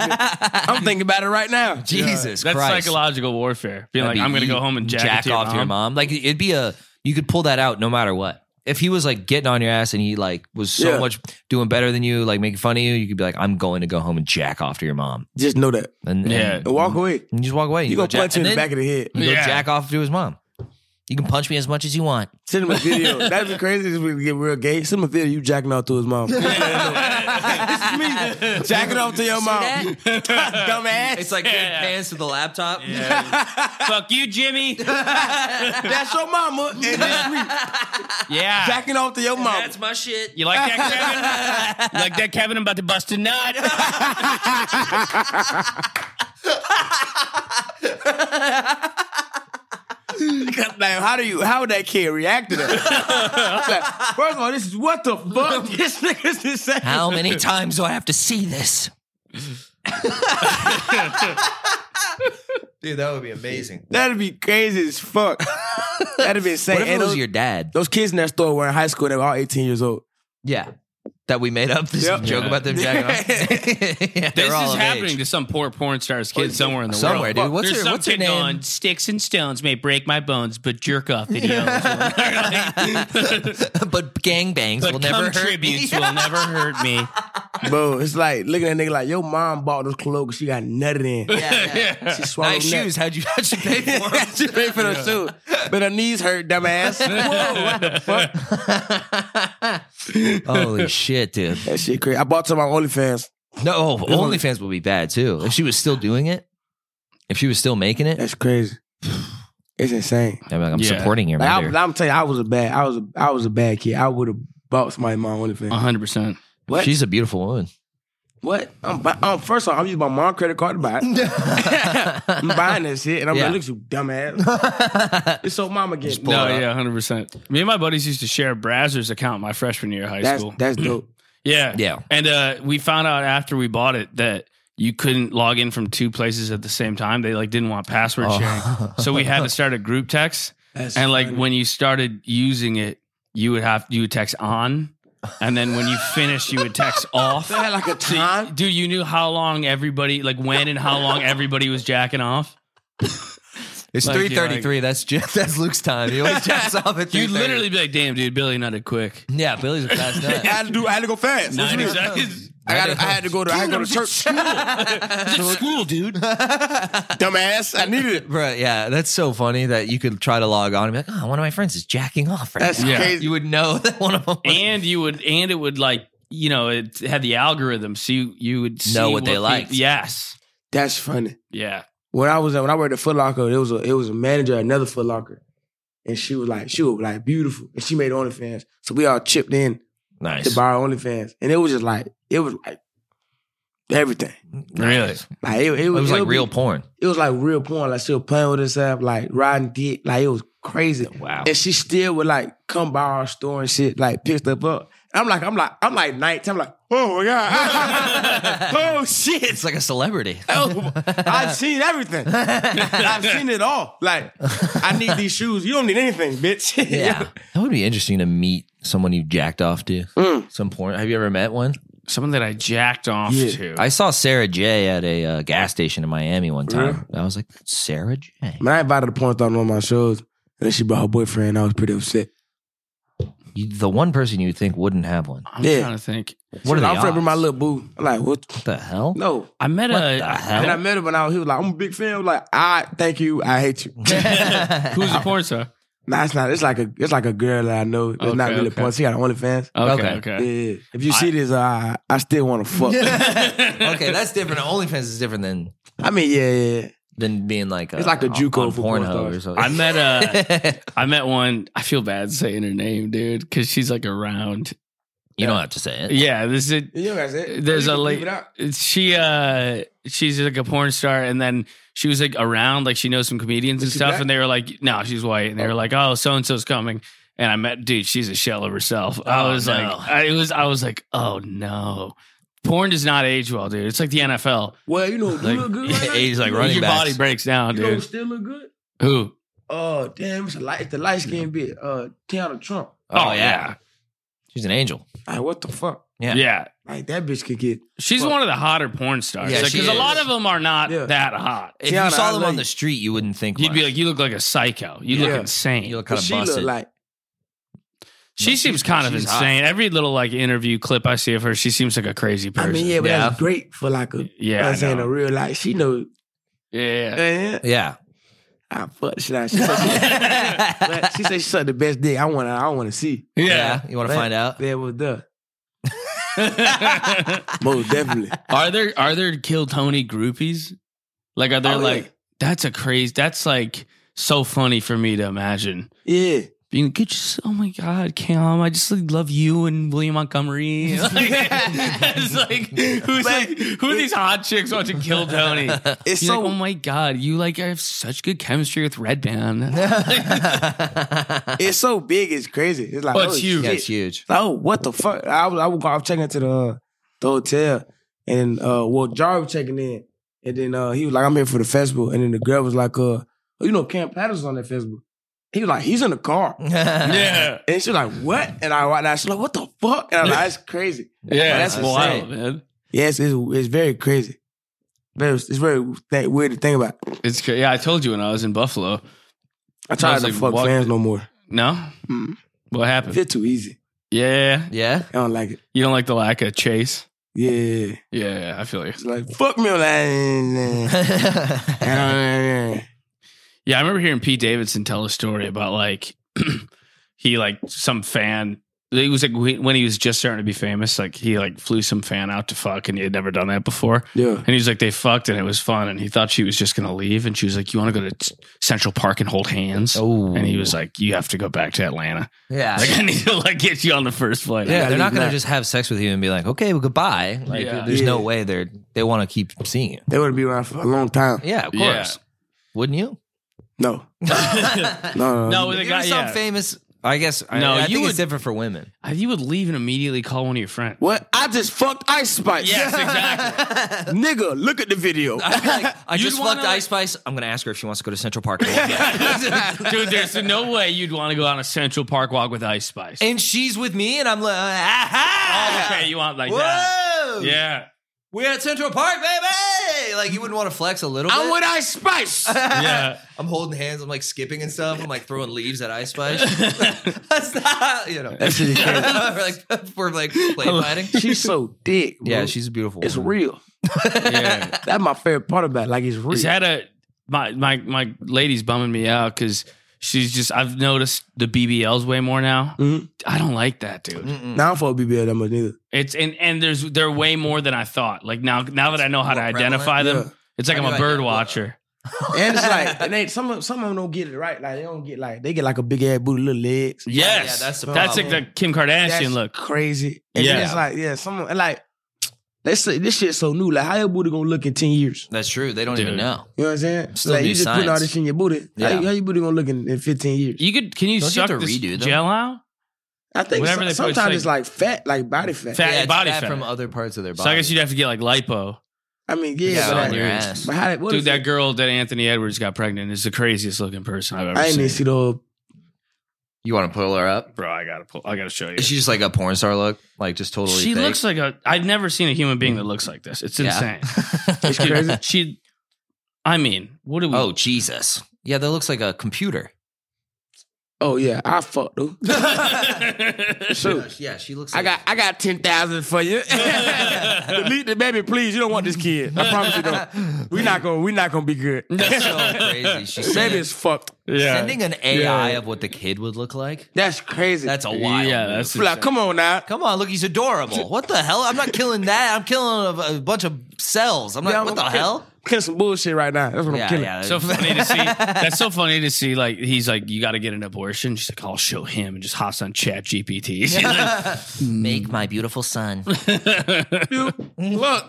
B: it. I'm thinking about it right now.
A: Jesus
C: That's
A: Christ.
C: psychological warfare. Being
A: That'd
C: like,
A: be
C: I'm gonna
A: you
C: go home and jack, it to your
A: off to your
C: mom.
A: mom. Like it'd be a you could pull that out no matter what. If he was like getting on your ass and he like was so
B: Yeah.
A: much doing better than you, like making fun of you, you could be like, "I'm going to go home and jack off to your mom,"
B: Just know that.
A: and, and-
C: Yeah.
A: and
B: And walk away.
A: Mm. you just walk away. and
B: You
A: go
B: gonna
A: jack-
B: punch him in the
A: and
B: back of the head.
A: then You go
C: Yeah.
A: jack off to his mom. You can punch me as much as you want.
B: Send him a video. That'd be crazy if we get real gay. Send him a video you jacking off to his mom. this is me jacking off to your
A: See
B: mom. Dumbass.
A: It's like
C: Yeah.
A: hands to the laptop.
C: Fuck you, Jimmy.
B: That's your mama. And this is me
C: Yeah.
B: jacking off to your mom.
A: That's my shit.
C: You like that, Kevin? you like that, Kevin? I'm about to bust a nut.
B: Like, how do you? How would that kid react to that? Like, first of all, this is what the fuck this nigga's just saying.
A: How many times do I have to see this? Dude, that would be amazing.
B: That'd be crazy as fuck. That'd be insane.
A: What if it
B: And
A: was
B: those,
A: your dad?
B: those kids in that store were in high school. They were all eighteen years old.
A: Yeah. That we made up this
B: Yep.
A: joke
C: Yeah.
A: about them jacking off. Yeah,
C: this
A: they're
C: is
A: all of
C: happening
A: age.
C: to some poor porn star's kid somewhere in the
A: somewhere,
C: world.
A: dude. What's
C: There's
A: her
C: some
A: What's her
C: kid
A: name?
C: going, Sticks and stones may break my bones, but jerk off videos.
A: but gangbangs
C: but
A: will never
C: cum
A: hurt me.
C: tributes will never hurt me.
B: Bro, it's like looking at a nigga like your mom bought those clothes 'cause she got nutted in.
A: Yeah, yeah.
B: She swallowed
A: Nice
B: nut.
A: shoes. How'd you, how'd you pay for them?
B: she paid for those too, but her knees hurt, dumbass. Whoa, what the fuck?
A: Holy shit, dude.
B: That shit crazy. I bought some on OnlyFans.
A: No, oh, OnlyFans will be bad too. If she was still doing it, if she was still making it,
B: That's crazy. It's insane.
A: I'm, like, I'm
C: Yeah.
A: supporting your
B: Like, I, I'm
A: mother.
B: telling you, I was a bad, I was, a, I was a bad kid. I would have bought somebody my OnlyFans.
C: hundred percent.
B: What?
A: She's a beautiful woman.
B: What? I'm, bu- I'm first off, I'm using my mom's credit card to buy it. I'm buying that shit, and I'm
A: Yeah.
B: like, look, you dumbass. it's so mama gets
C: No, yeah, hundred percent. Me and my buddies used to share Brazzers account my freshman year of high
B: That's
C: school.
B: that's dope.
C: yeah,
A: Yeah.
C: And uh, we found out after we bought it that you couldn't log in from two places at the same time. They like didn't want password
A: Oh.
C: sharing, so we had to start a group text.
B: That's
C: and like when you started using it, you would have you would text on, and then when you finished, you would text off.
B: I had like a
C: So you-
B: time.
C: dude, you knew how long everybody like when and how long everybody was jacking off.
A: It's
C: Like, yeah,
A: three thirty three. That's Jeff, that's Luke's time. He always jumps off at three.
C: You'd literally be like, "Damn, dude, Billy nutted quick."
A: Yeah, Billy's a fast
B: I
A: nut.
B: had to do. I had to go fast.
C: Ninety
B: I
C: seconds.
B: got. I had to go to. I had to go to church.
C: school, dude.
B: Dumbass. I needed it.
A: Bro, yeah, that's so funny that you could try to log on and be like, oh, one of my friends is jacking off right
B: That's
A: now.
C: Yeah.
B: crazy.
A: You would know that one of them. was-
C: and you would, and it would like, you know, it had the algorithm, so you, you would see
A: Know what they
C: peop-
A: liked.
C: Yes,
B: That's funny.
C: yeah.
B: when I was at, when I worked at Foot Locker, it was a it was a manager at another Foot Locker. And she was like, she was like beautiful. And she made OnlyFans. So we all chipped in to
A: Nice.
B: buy our OnlyFans. And it was just like, it was like everything.
A: Really? It
B: Like it, it was,
A: was
B: it
A: like
B: would be-
A: real porn.
B: It was like real porn. Like she was playing with herself, like riding dick. Like it was crazy.
A: Wow.
B: And she still would like come by our store and shit, like pick stuff up. And I'm like, I'm like, I'm like 19. I'm like, oh my God. oh shit.
A: It's like a celebrity.
B: Oh, I've seen everything. I've seen it all. Like, I need these shoes. You don't need anything, bitch.
A: Yeah. That would be interesting to meet someone you jacked off to.
B: Mm.
A: Some porn. Have you ever met one?
C: Someone that I jacked off
B: Yeah.
C: to.
A: I saw Sarah J at a uh, gas station in Miami one time. I was like, that's Sarah J.
B: Man, I invited a porn star to one of my shows, and then she brought her boyfriend. I was pretty upset.
A: You, the one person you would think wouldn't have one.
C: I'm
B: Yeah.
C: trying to think.
A: What are
B: I'm
A: the
B: friends with my
A: odds?
B: little boo. I'm like, what?
A: What the hell?
B: No.
C: I met
A: What
C: a.
A: the
B: And I
A: hell?
B: met him when I was, he was like, I'm a big fan. I'm like, I thank you. I hate you.
C: Who's the porn star?
B: nah, it's not. It's like a it's like a girl that I know. It's not
C: Okay,
B: really
C: okay.
B: porn. She got OnlyFans.
C: Okay,
A: Okay.
C: okay.
B: Yeah. If you see this, uh, I, I still want to fuck.
A: okay, that's different. OnlyFans is different than
B: I mean, yeah, yeah, yeah.
A: than being like a,
B: It's like a
A: on-
B: JUCO
A: on
B: for porn
A: Pornhub or
B: stars.
A: something.
C: I met a.
A: uh,
C: I met one. I feel bad saying her name, dude, because she's like around.
A: you don't have to say it.
C: Yeah, this is
B: You know what I said?
C: There's
B: You
C: a
B: can
C: late-
B: leave it out.
C: she uh she's like a porn star and then she was like around like she knows some comedians and
B: she
C: stuff
B: black?
C: and they were like no she's white and they were like oh so and so's coming and I met dude she's a shell of herself I
A: Oh,
C: was
A: no.
C: like I it was I was like oh no porn does not age well dude it's like the NFL
B: Well, you know, you
C: Like,
B: look good. Right now.
A: Age like
B: You know,
A: running
C: your
A: backs.
C: body breaks down
B: You know who
C: dude
B: still look good?
C: who
B: Oh, damn, it's, a light, it's the light skinned bit. Uh, Tiana Trump.
A: Oh, yeah. She's an angel.
B: Like, what the fuck?
A: Yeah.
C: yeah.
B: Like, that bitch could get.
C: She's
B: Well-
C: one of the hotter porn stars.
A: Yeah,
C: Because
A: she
C: a
A: is.
C: lot of them are not
B: Yeah.
C: that hot.
A: If
B: Tiana,
A: you
B: I
A: saw them
B: love
A: on the
B: you.
A: street, you wouldn't think
C: You'd
A: much.
C: be like, you look like a psycho. You
B: Yeah.
C: look insane.
A: you look kind of
B: she look
A: busted.
B: like.
C: She
A: No,
C: seems
A: she's-
C: kind of
A: she's hot.
C: insane. Every little like interview clip I see of her, she seems like a crazy
B: I
C: person.
B: mean, yeah, but
A: Yeah.
B: that's great for like a. you know
C: yeah,
B: what
C: I
B: I'm saying
C: know.
B: a real life. She know.
C: yeah.
B: Eh,
A: yeah.
B: I fuck the shit out. of- She said she, but she said she sucked the best dick. I want. to I want to see.
A: yeah.
C: yeah.
A: You want to
B: Man,
A: find out?
B: That was the most definitely.
C: are there are there Kill Tony groupies? Like, are there
B: Oh,
C: like that's a crazy? That's like so funny for me to imagine.
B: Yeah.
C: Being like, "Get your- oh my god, Cam, I just like love you and William Montgomery. Like, it's like
B: But-
C: who's like who are these hot chicks watching Kill Tony?
B: It's
C: You're
B: so.
C: like, oh my god, you like have such good chemistry with Red Band.
B: it's so big. It's crazy. It's like.
C: Oh, it's
B: holy
C: huge.
A: yeah,
B: shit.
A: it's huge.
B: Oh, what the fuck? I was I was, I was checking into the uh, the hotel, and uh, well, Jar was checking in, and then uh, he was like, "I'm here for the festival," and then the girl was like, "Uh, you know, Cam Patterson's on that festival." He was like, "He's in the car,"
C: yeah,
B: and she was like, "What?" And I walked out. She's like, "What the fuck?" And I was like, "That's crazy."
C: yeah,
A: that's
C: that's wild,
A: insane.
C: man.
B: Yes, it's it's very crazy. Very, it's very th- weird to think about.
C: It's cra- yeah. I told you when I was in Buffalo.
B: I try
C: I
B: not
C: was
B: to
C: like,
B: fuck
C: what
B: fans
C: the-
B: no more.
C: No,
A: Hmm.
B: Mm.
C: what
B: It
C: happened?
B: feel too easy.
C: yeah,
A: Yeah.
B: I don't like it.
C: you don't like the lack of chase.
B: Yeah,
C: Yeah, I feel you.
B: it's like fuck me. I'm Like, eh, eh, eh.
C: Yeah, I remember hearing Pete Davidson tell a story about like he like some fan it was like we- when he was just starting to be famous, like he like flew some fan out to fuck, and he had never done that before.
B: Yeah.
C: And he was like, they fucked, and it was fun, and he thought she was just gonna leave, and she was like, you want to go to t- Central Park and hold hands?
A: Oh,
C: And he was like, you have to go back to Atlanta.
A: yeah.
C: Like I need to like get you on the first flight.
A: yeah, they're not
B: leave
A: gonna
B: that.
A: just have sex with you and be like, okay, well, goodbye. Like,
C: Yeah.
A: there's no
B: Yeah.
A: way they're they want to keep seeing you.
B: They would have been around for a long time.
A: Yeah, of
C: Yeah.
A: course. Wouldn't you?
B: No.
A: no,
B: No, no.
C: No,
A: Give
C: with a
A: me
C: guy,
A: some
C: yeah.
A: famous. I guess.
C: No,
A: No, I, I
C: you
A: think it's
C: would-
A: different for women.
C: you would leave and immediately call one of your friends.
B: What? I just fucked Ice Spice.
C: Yes, exactly.
B: Nigga, look at the video.
A: Like, I
C: You'd
A: just
C: wanna-
A: fucked Ice Spice. I'm gonna ask her if she wants to go to Central Park. and walk.
C: Dude, there's no way you'd want to go on a Central Park walk with Ice Spice.
A: and she's with me, and I'm like,
C: Oh,
A: aha!
C: okay, you want like that?
A: Whoa!
C: Yeah.
A: we're at Central Park, baby. Like you wouldn't want to flex a little.
B: I'm
A: bit?
B: with Ice Spice.
C: Yeah.
A: I'm holding hands. I'm like skipping and stuff. I'm like throwing leaves at Ice Spice. That's not, you know. we're like we're like play fighting.
B: she's so thick. Bro.
A: Yeah, she's a beautiful.
B: It's
A: woman.
B: real.
C: yeah.
B: That's my favorite part about. it. Like it's real.
C: Is that a my my my lady's bumming me out because she's just I've noticed the BBLs way more now.
A: Mm-hmm.
B: Mhm.
C: I don't like that, dude.
A: Mm-mm.
B: Now I don't fuck with BBL that much neither.
C: It's and and there's they're way more than I thought. Like now now that I know how to
A: More
C: identify them,
B: Yeah.
C: it's like
A: I
C: I'm
A: do
C: a
A: like
C: bird
A: that.
C: watcher.
B: And it's like, and they, some of some of them don't get it right. Like they don't get like they get like a big ass booty, little legs.
C: Yes,
A: yeah, that's the
C: that's like
A: problem.
C: the Kim Kardashian
B: That's
C: look.
B: crazy. And then
C: Yeah.
B: it's like yeah, some and like they say this shit's so new. Like how your booty gonna look in ten years?
A: That's true. They don't
C: Dude.
A: even know.
B: You know what I'm saying?
A: Still
B: like
A: new
B: you just putting all
A: science.
B: this in your booty.
A: Yeah.
B: How, how your booty gonna look in, in fifteen years?
C: You could can you
A: Don't you
C: suck
A: have to
C: this
A: redo them?
C: gel out?
B: I think
C: Whatever
B: so-
C: they put, it's
B: sometimes it's like, fat, like body fat.
C: Fat- Yeah,
A: it's
C: body
A: bad
C: fat.
A: from other parts of their
C: So
A: body.
C: I guess you'd have to get like lipo.
B: I mean,
A: yeah,
B: yeah,
C: it's
B: but,
C: on
B: like-
A: your
C: your
A: ass.
B: but how that what
C: Dude,
B: is
C: that
B: it?
C: girl that Anthony Edwards got pregnant is the craziest looking person I've ever
B: I ain't
C: seen.
B: even see the whole.
A: You want to pull her up?
C: Bro, I gotta pull. I gotta show you.
A: Is she just like a porn star look? Like just totally.
C: she
A: fake?
C: looks like a. I've never seen a human being that looks like this. It's
A: Yeah.
C: insane.
B: It's crazy.
C: She. I mean, what do we?
A: oh Jesus! Yeah, that looks like a computer.
B: Oh yeah, I fucked though.
A: Yeah,
B: Shoot.
A: she- Yeah, she looks.
B: I
A: Like,
B: got I got ten thousand for you. Delete the baby, please. You don't want this kid. I promise you don't. We not gonna we not gonna be good.
A: That's so crazy. She's
B: Baby is fucked.
C: yeah.
A: sending an AI
B: Yeah.
A: of what the kid would look like.
B: That's crazy.
A: That's a wild.
C: Yeah,
A: move.
C: that's-
B: like, come on now.
A: Come on, look, he's adorable. What the hell? I'm not killing that. I'm killing a, a bunch of cells. I'm not.
B: Yeah, I'm
A: what the
B: killing-
A: hell?
B: Killing some bullshit right now. That's what I'm killing.
C: so funny to see. That's so funny to see. Like he's like, you got to get an abortion. She's like, I'll show him, and just hops on Chat GPT. She's like,
A: Make my beautiful son.
B: Look,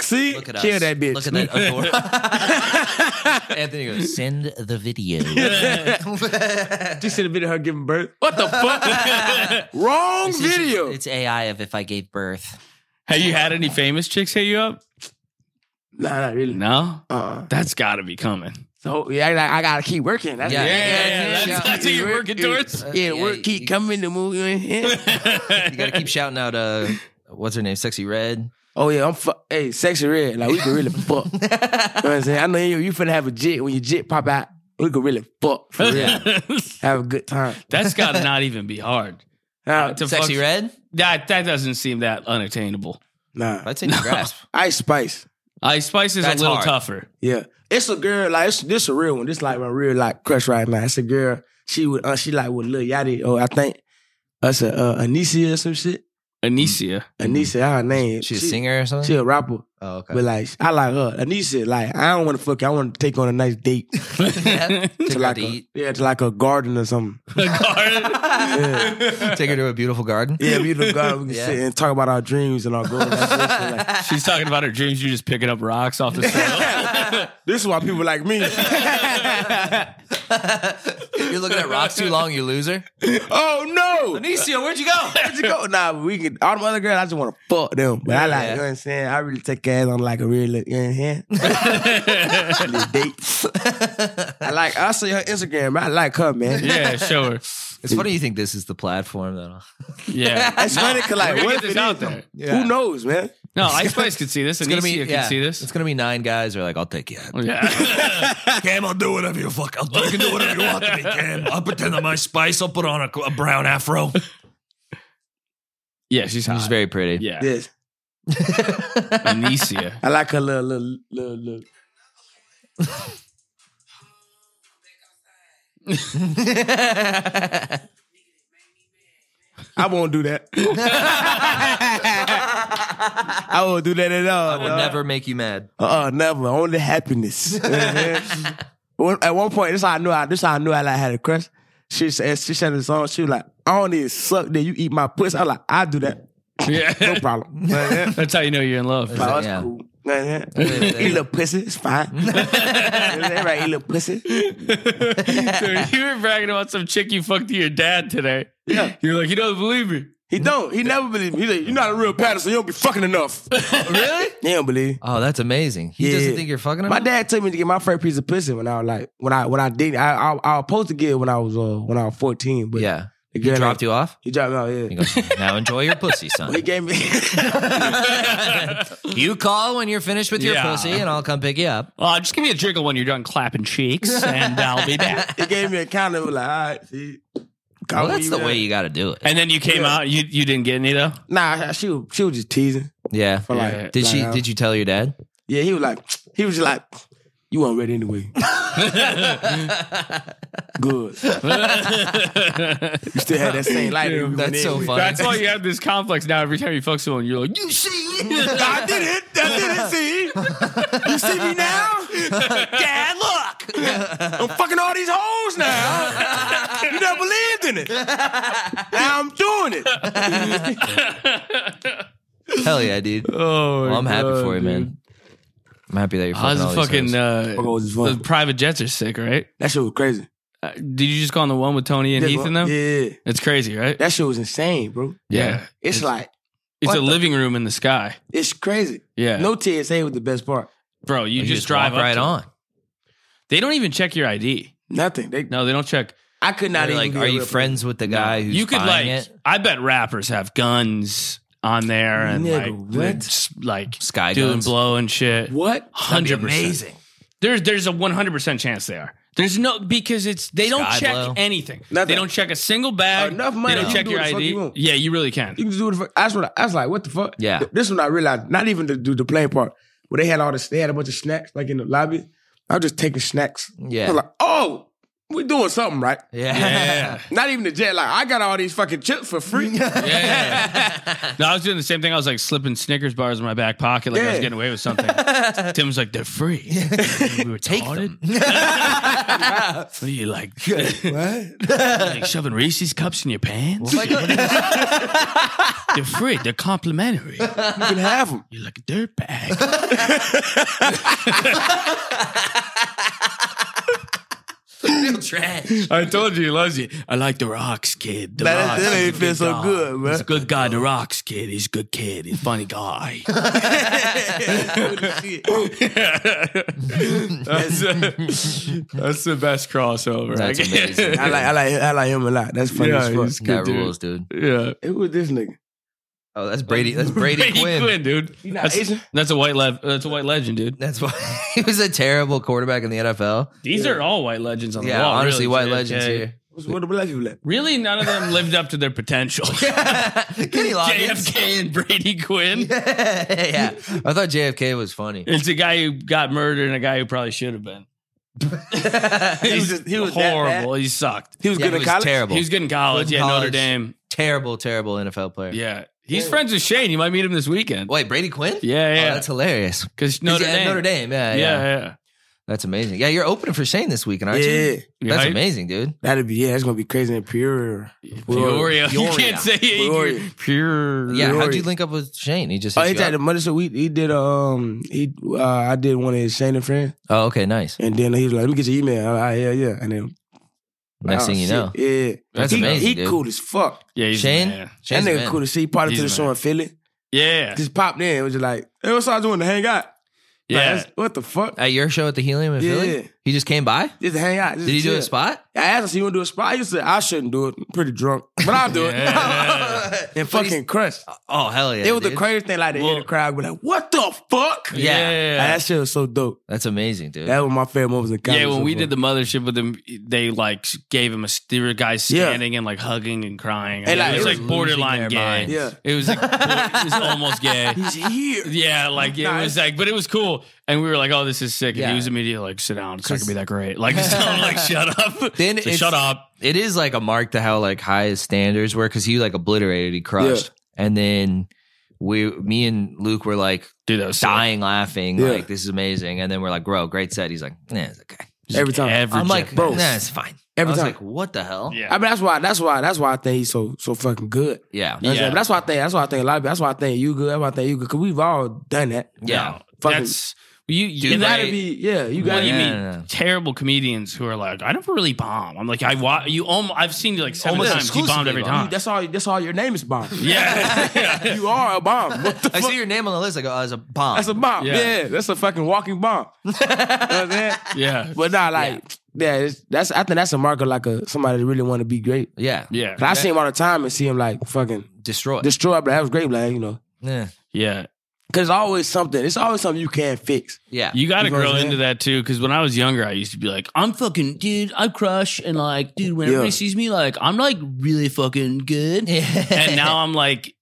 B: see,
A: Look at us.
B: kill that bitch.
A: Look at that adorable. Anthony goes, send the video.
B: You see the video of her giving birth? What the fuck? Wrong
A: This is-
B: video.
A: It's AI of if I gave birth.
C: Have you had any famous chicks hit you up?
B: nah, not really.
C: No,
B: Uh-uh.
C: that's got to be coming.
B: So yeah, I, I gotta keep working. That's
A: Yeah.
B: yeah.
A: yeah, yeah.
C: that's what you're working towards.
B: Yeah,
A: Yeah,
B: work
A: you-
B: keep
A: you-
B: coming to move you in here.
A: You got to keep shouting out, uh, what's her name? Sexy Red.
B: Oh yeah, I'm fu- hey, sexy red. Like we can really fuck. you know what I'm saying? I know you you finna have a jit. When your jit pop out, we can really fuck for real. have a good time.
C: That's got to not even be hard.
B: Now,
C: To
A: Sexy
C: fuck-
A: Red?
C: That that doesn't seem that unattainable.
B: nah.
A: That's in your grasp.
B: Ice Spice.
C: Ice Spice is
A: That's
C: a little
A: hard.
C: tougher.
B: Yeah. It's a girl, like it's, this a real one. This like my real like crush right now. It's a girl. She would uh, she like with Lil Yachty. Oh, I think that's a uh, Anisia or some shit.
C: Anicia.
B: Anisia, her name.
A: She's
B: She-
A: Mm-hmm. a singer or something?
B: She a rapper.
A: oh, okay.
B: But like I like her. Anisia, like I don't wanna fuck you. I wanna take on a nice date.
A: Yeah. Take
B: to
A: her
B: like
A: to
B: a,
A: eat.
B: Yeah, to like a garden or something. Yeah.
A: Take her to a beautiful garden.
B: Yeah, we the garden. We can
A: Yeah.
B: sit and talk about our dreams and our goals. Like,
C: She's talking about her dreams. You're just picking up rocks off the soil.
B: this is why people like me.
A: You're looking at rocks too long, you loser.
B: oh no!
A: Benicio, where'd you go?
B: Let's go. Nah, but we can. All the other girls, I just want to fuck them. But I like,
A: Yeah.
B: you know what I'm saying? I really take ass on like a real, you know what I'm saying? Little date. I like, I see her Instagram. I like her, man.
C: yeah, sure.
A: It's funny you think this is the platform though.
C: Yeah.
B: It's funny because, like,
C: We're
B: what
C: gonna
B: if
C: get this
B: it
C: out
B: is?
C: there.
A: Yeah.
B: Who knows, man?
C: No, Ice Spice could see this.
A: It's gonna
C: Anicia
A: be
C: could
A: yeah,
C: see this. Oh,
A: It's gonna be nine guys who are like, I'll take you.
C: Yeah.
A: Cam, I'll do whatever you fuck. I'll you can do whatever you want to me, Cam. I'll pretend I'm my spice. I'll put on a, a brown afro.
C: yeah, she's hot.
A: She's very pretty.
C: yeah.
B: Yes.
C: Anicia.
B: I like her little, little, little, little. I won't do that. I won't do that at all.
A: I will
B: dog.
A: never make you mad.
B: Uh, uh never. Only happiness. When- At one point, this how I knew I this how I knew I like had a crush. She said she said the song. She was like, "I don't need suck that you eat my pussy." I'm like, "I do that, no
C: Yeah.
B: problem." Yeah,
C: That's how you know you're in love.
A: Wow.
B: that's
A: Yeah.
B: cool. Yeah, yeah.
A: Yeah, yeah.
B: Eat little pussy, it's fine. Yeah, right, eat little pussy.
C: Dude, you were bragging about some chick you fucked to your dad today.
B: Yeah.
C: You're like, he doesn't believe me.
B: He don't. He never believe. me. He like, you're not a real Patterson. You don't be fucking enough.
A: really?
B: He don't believe.
A: Oh, that's amazing. He
B: Yeah.
A: doesn't think you're fucking him.
B: My dad took me to get my first piece of pussy when I was like when I when I did I I, I was supposed to get it when I was uh, when I was 14, but
A: yeah, he
B: the girl
A: dropped you off.
B: He dropped me out. Yeah.
A: He goes, now enjoy your pussy,
B: He
A: son.
B: gave me.
A: you call when you're finished with your
C: Yeah.
A: pussy, and I'll come pick you up.
C: Uh, just give me a jiggle when you're done clapping cheeks, and I'll be back.
B: he gave me a counter. was Like, all right, see.
A: Well,
B: Call
A: that's the
B: when
A: way you got to do it.
C: And then you came
B: Yeah.
C: out. You you didn't get any though.
B: Nah, she was she was just teasing
A: Yeah.
B: for like.
C: Yeah.
A: Did
B: like,
A: she?
B: uh,
A: Did you tell your dad?
B: Yeah, he was like, he was just like, you weren't ready anyway. Good. You still had that same light.
C: Dude,
B: when we
A: that's
B: went in
A: so
B: with.
A: funny.
C: That's why you have this complex now. Every time you fuck someone, you're like, you see.
B: I did it. I did it. See, you see me now, Dad. Look, I'm fucking all these hoes now. You never believed in it. Now I'm doing it.
A: Hell yeah, dude.
C: Oh,
A: Well, I'm happy for you, man. I'm happy that you're fucking.
C: How's the
A: all these
C: fucking
A: hoes.
C: uh,
B: Fuck all these
C: the
B: fuck.
C: private jets are sick, right?
B: That shit was crazy.
C: Uh, did you just go on the one with Tony and Heath in them?
B: Yeah,
C: It's crazy, right?
B: that shit was insane, bro.
A: yeah.
B: It's, like
C: It's
B: What
C: a
B: the-
C: living room in the sky.
B: it's crazy.
C: Yeah,
B: No TSA was the best part.
C: bro, you,
A: You
C: just, drive
A: walk
C: up
A: right
C: to-
A: on.
C: They don't even check your ID.
B: Nothing. They,
C: No, they don't check.
B: I could not
A: They're like,
B: even. be
A: are
B: a
A: you
B: real-
A: friends with the guy who's
C: you could like.
A: buying it?
C: I bet rappers have guns on there and
B: Nigga,
C: like
B: what?
C: just, like
A: Sky
C: doing
A: guns.
C: blow and shit.
B: What?
A: That'd be
C: Hundred percent.
A: Amazing.
C: There's there's a one hundred percent chance they are. There's no because it's they don't
A: Sky
C: check
A: blow.
C: anything.
B: Nothing.
C: They don't check a single bag.
B: Enough money,
C: They
B: you
C: don't
B: can
C: check
B: do
C: your
B: what the fuck
C: ID.
B: you want.
C: yeah, you really can.
B: You can just do it. For, that's what. I, that's like, what the fuck?
A: Yeah.
B: Th- This one I realized. Not even to do the playing part. Where they had all this. They had a bunch of snacks like in the lobby. I was just taking snacks. I was
A: Yeah.
B: like, oh, we're doing something right.
A: Yeah.
B: Not even the jet. Like I got all these fucking chips for free.
C: No, I was doing the same thing. I was like slipping Snickers bars in my back pocket, like I was
B: Yeah.
C: getting away with something. Tim was like, "They're free." we were
A: Take
C: taught it.
A: them.
C: What are you like? like shoving Reese's cups in your pants? they're free. They're complimentary.
B: You can have them.
C: You're like a dirtbag.
A: Real trash.
C: I told you he loves you. I like the rocks, kid. The
B: That-
C: rocks.
B: that ain't
C: He's a
B: feel so
C: guy.
B: good, man.
C: He's a good guy. The rocks, kid. He's a good kid. He's a funny guy. that's, uh, that's the best crossover.
A: That's I guess. amazing.
B: I like. I like. I like him a lot. That's funny as fuck.
A: That rules, dude.
C: Yeah.
B: Who was this nigga?
A: Oh, that's Brady. That's Brady, Quinn.
C: dude. That's,
B: Asian?
C: that's a white le- that's a white legend, dude.
A: That's why he was a terrible quarterback in the NFL.
C: These are all white legends on
A: Yeah,
C: the wall.
A: honestly,
C: really.
A: white
C: JFK.
A: legends here.
B: What's what the black people at?
C: Really, none of them lived up to their potential.
A: Kenny Loggins.
C: JFK and Brady Quinn.
A: yeah, I thought JFK was funny.
C: It's a guy who got murdered and a guy who probably should have been.
B: He
C: He's
B: was just- he was that
C: horrible. He sucked.
B: He was
A: Yeah,
B: good
A: he
B: in
A: was
B: college.
A: terrible,
C: He was good in college.
A: Good
C: Yeah,
A: in
C: Notre
A: college.
C: Dame.
A: terrible, terrible NFL player.
C: Yeah. He's
B: Yeah.
C: friends with Shane. You might meet him this weekend.
A: Wait, Brady Quinn?
C: Yeah,
A: Oh,
C: yeah.
A: that's hilarious.
C: Because
A: He's
C: Notre,
A: at
C: Dame.
A: Notre Dame. Yeah,
C: Yeah,
A: yeah,
C: yeah.
A: That's amazing. Yeah, you're opening for Shane this weekend, aren't
B: Yeah,
A: you? That's
C: Right?
A: amazing, dude.
B: that'd be yeah. It's gonna be crazy in Peoria.
C: Peoria. You
A: Peoria.
C: can't say
B: Peoria.
C: it. Pure.
A: Yeah, how'd
B: Glory.
A: you link up with Shane? He just.
B: Oh,
A: hit
B: he
A: you
B: tried
A: up?
B: the money. So we he did um he uh, I did one of his Shane and friends,
A: oh, okay, nice.
B: and then he was like, "Let me get your email." I, I yeah yeah, and then
A: Next
B: oh,
A: thing you
B: shit,
A: know,
B: yeah,
A: That's
B: he,
A: amazing,
B: He
A: dude.
B: cool as fuck.
C: Yeah, he's
A: Shane?
C: the man.
A: Shane's
B: that
A: the
B: nigga
A: man.
B: cool to see. He Probably
C: He's
B: to the
C: the
B: show
C: man.
B: in Philly.
C: Yeah.
B: Just popped in. It was just like, "Hey, what's I doing to hang out?" Like,
C: Yeah.
B: that's- what the fuck?
A: At your show at the Helium in
B: Yeah.
A: Philly, he just came by.
B: Just hang out. Just
A: Did he do
B: chill.
A: a spot?
B: I asked him, so "You want to do a spot?" He said, "I shouldn't do it. I'm pretty drunk, but I'll do
C: Yeah.
B: it." and
A: But he's-
B: fucking crush.
A: Oh hell yeah!
B: it was
A: dude.
B: the craziest thing. Like to hear
C: Well-
B: the crowd be like, "What the fuck?"
A: Yeah.
B: Like, that shit was so dope.
A: That's amazing, dude.
B: That was my favorite moments in college.
C: Yeah, when
B: so
C: we
B: far.
C: did the mothership with them, they like gave him a there were guys
B: Yeah.
C: standing and like hugging and crying.
B: And, like,
C: it was
B: they
C: like
A: were
C: borderline
A: losing their
C: gay.
A: minds.
B: Yeah.
C: It was like bo- it was almost gay.
B: He's here.
C: Yeah, like it
B: Nah,
C: was like, but it was cool. And we were like, "Oh, this is sick." And
A: Yeah.
C: he was immediately like, "Sit down. It's not gonna be that great." Like, so I'm like, "Shut up."
A: Then
C: So
A: it's-
C: shut up.
A: it is like a mark to how like high his standards were because he like obliterated, he crushed, and then we, me and Luke were like
C: Dude, that was sick.
A: dying laughing,
B: Yeah.
A: like this is amazing, and then we're like, bro, great set. He's like, nah, it's okay.
C: Just
B: Every time.
C: every
A: I'm like,
C: time.
B: bro.
A: nah, it's fine. I
B: Every
A: was
B: time.
A: like, what the hell?
C: yeah.
B: I mean, that's why. That's why. That's why I think he's so so fucking good.
A: yeah,
B: That's,
C: Yeah.
B: yeah. that's why I think. That's why I think a lot of. That's why I think you good. That's why I think you good. Cause we've all done that.
A: yeah.
B: Fucking-
C: That's you. You
A: Dude,
B: You
A: like-
B: gotta be. Yeah, you
C: What
B: gotta.
C: do you
A: Yeah,
C: mean?
A: yeah, yeah.
C: Terrible comedians who are like, I never really bomb. I'm like, I wa- you. Almost, I've seen you like seven
A: Almost
C: times. You bombed
A: exclusively
C: every
A: bomb.
C: time.
B: That's all. That's all. Your name is bomb.
C: yeah, yeah.
B: you are a bomb. What the
A: I
B: fuck?
A: see your name on the list. I go, oh, it's a bomb.
B: That's a bomb.
C: Yeah.
B: Yeah. that's a fucking walking bomb. You know what I'm saying?
C: yeah,
B: But nah, like yeah, it's, that's. I think that's a marker like a somebody that really want to be great.
A: yeah,
C: yeah,
B: 'Cause I see him all the time and see him like fucking
A: destroyed.
B: destroy. But that was great. Like you know,
A: yeah,
C: yeah.
B: because it's always something. It's always something you can't fix.
A: yeah.
C: You got to
B: You know what
C: grow
B: I'm
C: into
B: saying?
C: that too. Because when I was younger, I used to be like, I'm fucking dude. I crush and like, dude. When
B: Yeah.
C: everybody sees me, like, I'm like really fucking good. and now I'm like,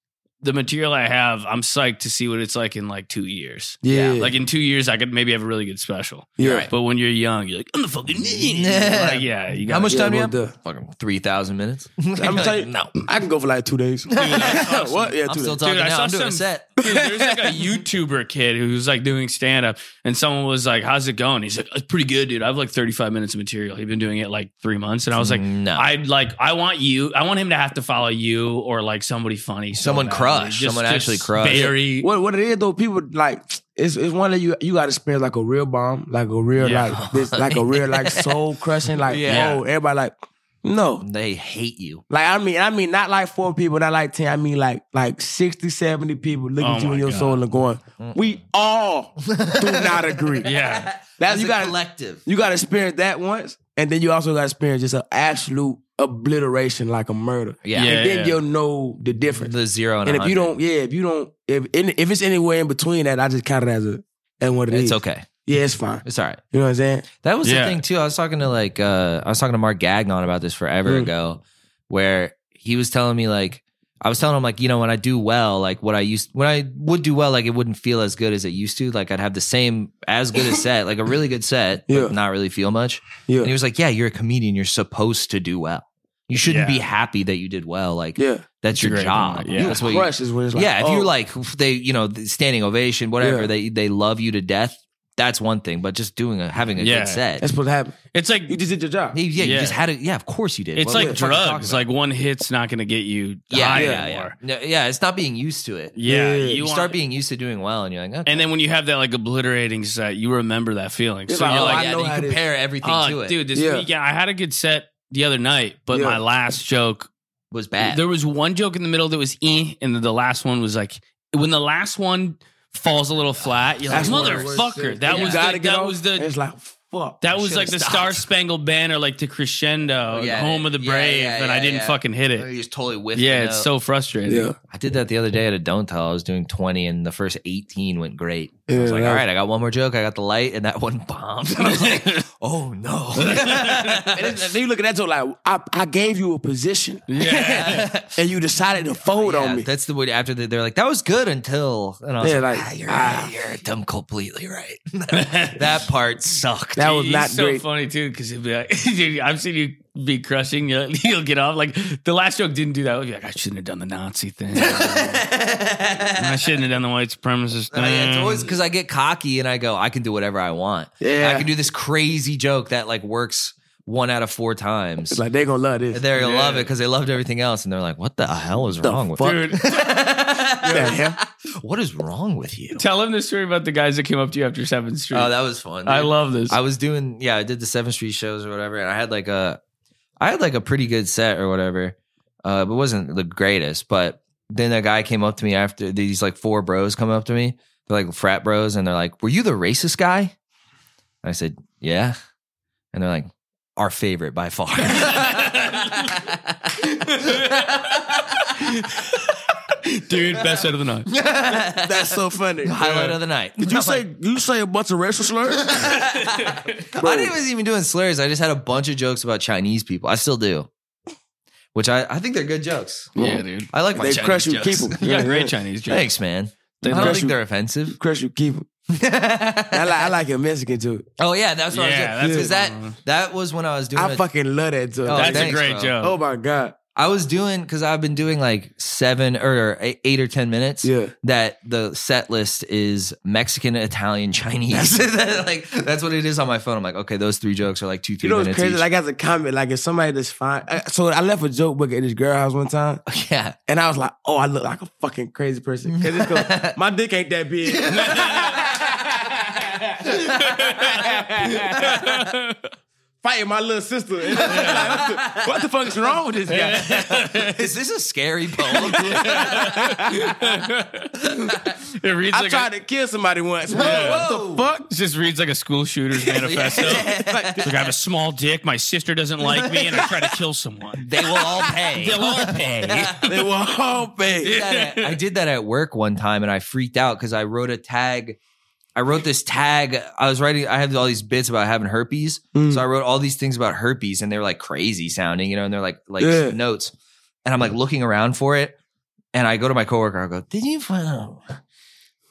C: the material I have, I'm psyched to see what it's like in like two years.
A: Yeah,
C: Like in two years, I could maybe have a really good special.
B: yeah.
A: Right.
C: But when you're young, you're like, I'm the fucking.
A: Yeah.
C: Like, yeah, you
A: how
C: got
A: much
B: Yeah,
A: time do you
B: well
A: have?
B: done.
A: Fucking three thousand minutes.
B: I'm telling you,
A: no.
B: I can go for like two days. what? Yeah,
A: I'm
B: two
A: still
B: days.
A: talking
C: Dude, I
A: now.
C: saw
A: I'm doing a
C: some-
A: set.
C: Dude, there's like a YouTuber kid who's like doing stand up, and someone was like, "How's it going?" He's like, "It's pretty good, dude. I have like 35 minutes of material. He's been doing it like three months." And I was like,
A: no.
C: "I'd like, I want you. I want him to have to follow you or like somebody funny, so
A: Someone
C: badly.
A: crush. Someone actually crush.
C: Very,
B: What what it is though? People like it's it's one that you you got to experience like a real bomb, like a real
C: Yeah.
B: like this, like a real like soul crushing, like
A: Yeah.
B: whoa, everybody like no.
A: they hate you.
B: Like I mean, I mean not like four people, not like ten. I mean like like 60, 70 people looking
C: Oh
B: at you
C: my
B: in your
C: God.
B: soul and going, we all do not agree.
C: yeah,
B: That's
A: As a
B: you got to
A: collective.
B: you got to experience that once, and then you also got to experience just an absolute obliteration, like a murder.
A: Yeah.
C: Yeah.
B: and then you'll know the difference.
A: The zero and,
B: And if you
A: 100.
B: don't, yeah, if you don't, if any- if it's anywhere in between that, I just count it as a and what it
A: it's
B: is.
A: okay.
B: Yeah, it's fine.
A: It's all right.
B: You know what I'm saying?
A: That was
C: Yeah.
A: the thing too. I was talking to like uh I was talking to Mark Gagnon about this forever
B: Mm.
A: ago, where he was telling me like I was telling him like, you know, when I do well, like what I used when I would do well, like it wouldn't feel as good as it used to. Like I'd have the same as good a set, like a really good set,
B: Yeah.
A: but not really feel much.
B: Yeah,
A: And he was like, Yeah, you're a comedian, you're supposed to do well. You shouldn't
C: Yeah.
A: be happy that you did well. Like
B: yeah.
A: that's
C: a
A: your
C: great
A: job.
C: point. Yeah.
A: That's what you,
B: Crush is when it's like,
A: yeah, if
B: oh,
A: you're like they, you know, the standing ovation, whatever,
B: Yeah.
A: they they love you to death. That's one thing, but just doing a having a
C: Yeah.
A: good set,
B: that's supposed to happen.
C: it's like
B: You just did your job.
A: yeah, you
C: Yeah.
A: just had it. Yeah, of course you did.
C: it's
A: What-
C: like
A: what the fuck are you
C: drugs.
A: talking
C: Like one hit's not going to get you
A: about? yeah,
C: high
A: yeah, yeah,
C: anymore.
A: No, yeah. It's not being used to it.
C: Yeah,
B: Yeah.
A: You,
C: want-
A: start being used to doing well, and you're like, okay.
C: And then when you have that like obliterating set, you remember that feeling.
B: It's
C: So
B: like,
C: you're
B: oh,
C: like,
B: I know
A: then
B: how
A: you
B: it is.
A: compare everything
C: Oh,
A: to it.
C: dude, this
B: Yeah.
C: weekend I had a good set the other night, but
B: Yeah.
C: my last joke
A: was bad.
C: There was one joke in the middle that was eh, and then the last one was like when the last one falls a little flat. You're like,
B: That's one of the worst
C: motherfucker,
B: shit.
C: that
B: You
C: was
B: gotta
C: the,
B: get
C: that
B: off,
C: was
B: and
C: the
B: It's like fuck.
C: that
A: I
C: was
A: should've
C: like the
A: stopped. Oh,
C: Star Spangled Banner, like the crescendo,
A: Yeah,
C: home of the
A: yeah,
C: brave,
A: yeah,
C: and I
A: yeah,
C: didn't
A: yeah. Oh,
C: fucking hit
A: You
C: it.
A: just totally whiffed.
C: Yeah,
A: it
C: it's
A: out.
C: so frustrating.
B: Yeah,
A: I did that the other day at a don't tell. I was doing 20 and the first 18 went great. I was
B: Yeah,
A: like,
B: that
A: all
B: was-
A: right, I got one more joke. I got the light and that one bombed. And I was like, oh no.
B: and it's- and then you look at that joke like I, I gave you a position
C: yeah.
B: and you decided to fold
A: Yeah,
B: on me.
A: That's the way after they- they're like, that was good until. And I was
B: Yeah,
A: like,
B: like,
A: "Ah, you're,
B: ah."
A: you're dumb completely right. that part sucked.
B: That was
C: It's
B: not
C: so
B: great.
C: funny too, because he'll be like, dude, I've seen you be crushing. You'll, you'll get off. Like the last joke didn't do that. You're like, I shouldn't have done the Nazi thing. I shouldn't have done the white supremacist thing.
A: I- it's
C: Mm.
A: always because I get cocky and I go, I can do whatever I want.
B: Yeah.
A: I can do this crazy joke that like works one out of four times.
B: It's like they gonna love this.
A: they're gonna
C: Yeah.
A: love it because they loved everything else, and they're like, "What the hell is wrong with
B: fuck?
C: Dude,
B: What the hell?
A: you? What is wrong with you?"
C: tell him the story about the guys that came up to you after Seventh Street.
A: Oh, that was fun.
C: I
A: dude.
C: love this.
A: I was doing yeah, I did the Seventh Street shows or whatever, and I had like a I had like a pretty good set or whatever. Uh but it wasn't the greatest. But then a guy came up to me after these like four bros come up to me. They're like frat bros and they're like, Were you the racist guy? And I said, Yeah. And they're like, our favorite by far.
C: Dude, best set of the night.
B: That's so funny.
A: Highlight of the night.
B: Did you say you say a bunch of racial slurs?
A: I didn't was even doing slurs. I just had a bunch of jokes about Chinese people. I still do, which I, I think they're good jokes.
C: Yeah, dude.
A: I like my
B: they
A: Chinese
B: crush you,
A: jokes.
B: keep them.
C: You got great Chinese jokes.
A: Thanks, man.
C: They
A: I don't
B: crush
A: think
B: you.
A: they're offensive.
B: Crush you, keep them. I like I like a Mexican too.
A: oh yeah, that's what
C: Yeah,
A: I was
C: that's
A: doing. 'Cause that
C: a good one.
A: that was when I was doing.
B: I
A: a-
B: fucking love that too.
A: Oh,
C: That's
A: thanks,
C: a great
A: bro.
C: joke.
B: oh my god.
A: I was doing because I've been doing like seven or eight, eight or ten minutes.
B: Yeah.
A: That the set list is Mexican, Italian, Chinese. like that's what it is on my phone. I'm like, okay, those three jokes are like two, three
B: You know what's
A: minutes.
B: crazy?
A: each.
B: Like as a comment, like if somebody just find uh, so I left a joke book at this girl house one time,
A: yeah,
B: and I was like, oh, I look like a fucking crazy person 'Cause it's 'cause my dick ain't that big. Fighting my little sister. And I'm just like, what, the, what the fuck is wrong with this guy?
A: is this a scary poem?
C: It reads
B: I
C: like
B: tried
C: a,
B: to kill somebody once.
A: Whoa.
B: What the fuck?
C: it just reads like a school shooter's manifesto. It's like I have a small dick, my sister doesn't like me, and I try to kill someone.
A: they will all pay.
C: They'll all pay.
B: They were all big.
A: did that at- I did that at work one time and I freaked out because I wrote a tag. I wrote this tag. I was writing, I had all these bits about having herpes.
B: Mm.
A: So I wrote all these things about herpes and they were like crazy sounding, you know, and they're like like
B: Yeah.
A: notes. And I'm like looking around for it. And I go to my coworker, I go, Did you find a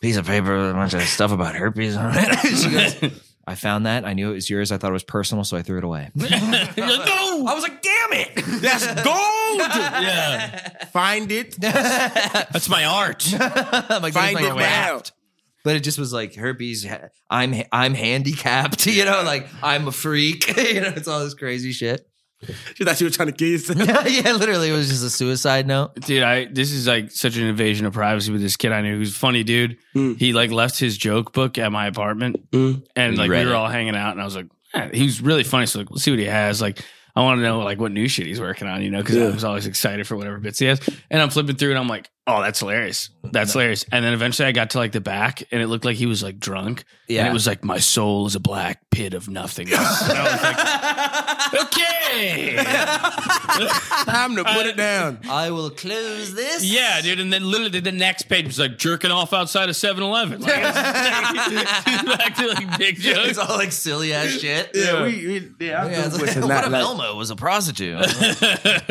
A: piece of paper with a bunch of stuff about herpes on it? she goes, I found that. I knew it was yours. I thought it was personal, so I threw it away.
C: You're like, no.
A: I was like, damn it.
B: That's gold.
C: Yeah.
B: Find it.
C: That's my art.
A: I'm like,
B: Find
A: "That's my
B: it
A: craft."
B: now.
A: but it just was like herpes. ha- I'm I'm handicapped, you know, like I'm a freak, you know, it's all this crazy shit.
B: She thought she was trying to kill yourself.
A: yeah, literally, it was just a suicide note.
C: Dude, I this is like such an invasion of privacy with this kid I knew who's a funny dude.
B: Mm.
C: He like left his joke book at my apartment
B: Mm.
C: and
A: You
C: like we
A: read
C: were
A: it.
C: all hanging out and I was like, eh, he was really funny. So like, let's see what he has. Like, I want to know like what new shit he's working on, you know, because I
B: Yeah.
C: was always excited for whatever bits he has. And I'm flipping through and I'm like, oh, that's hilarious. That's hilarious. And then eventually I got to like the back and it looked like he was like drunk.
A: Yeah,
C: And it was like, my soul is a black pit of nothingness. and I was like, okay.
B: Time to put it down.
A: I will close this.
C: Yeah, dude. And then literally the next page was like jerking off outside of 7 Eleven. Like, it's like, back to like big
A: it's
C: jokes.
A: all like silly ass shit.
B: Yeah, we, we yeah, I'm
A: Yeah, it's
B: doing
A: like,
B: pushing,
A: what
B: not
A: if
B: like-
A: Elmo was a prostitute?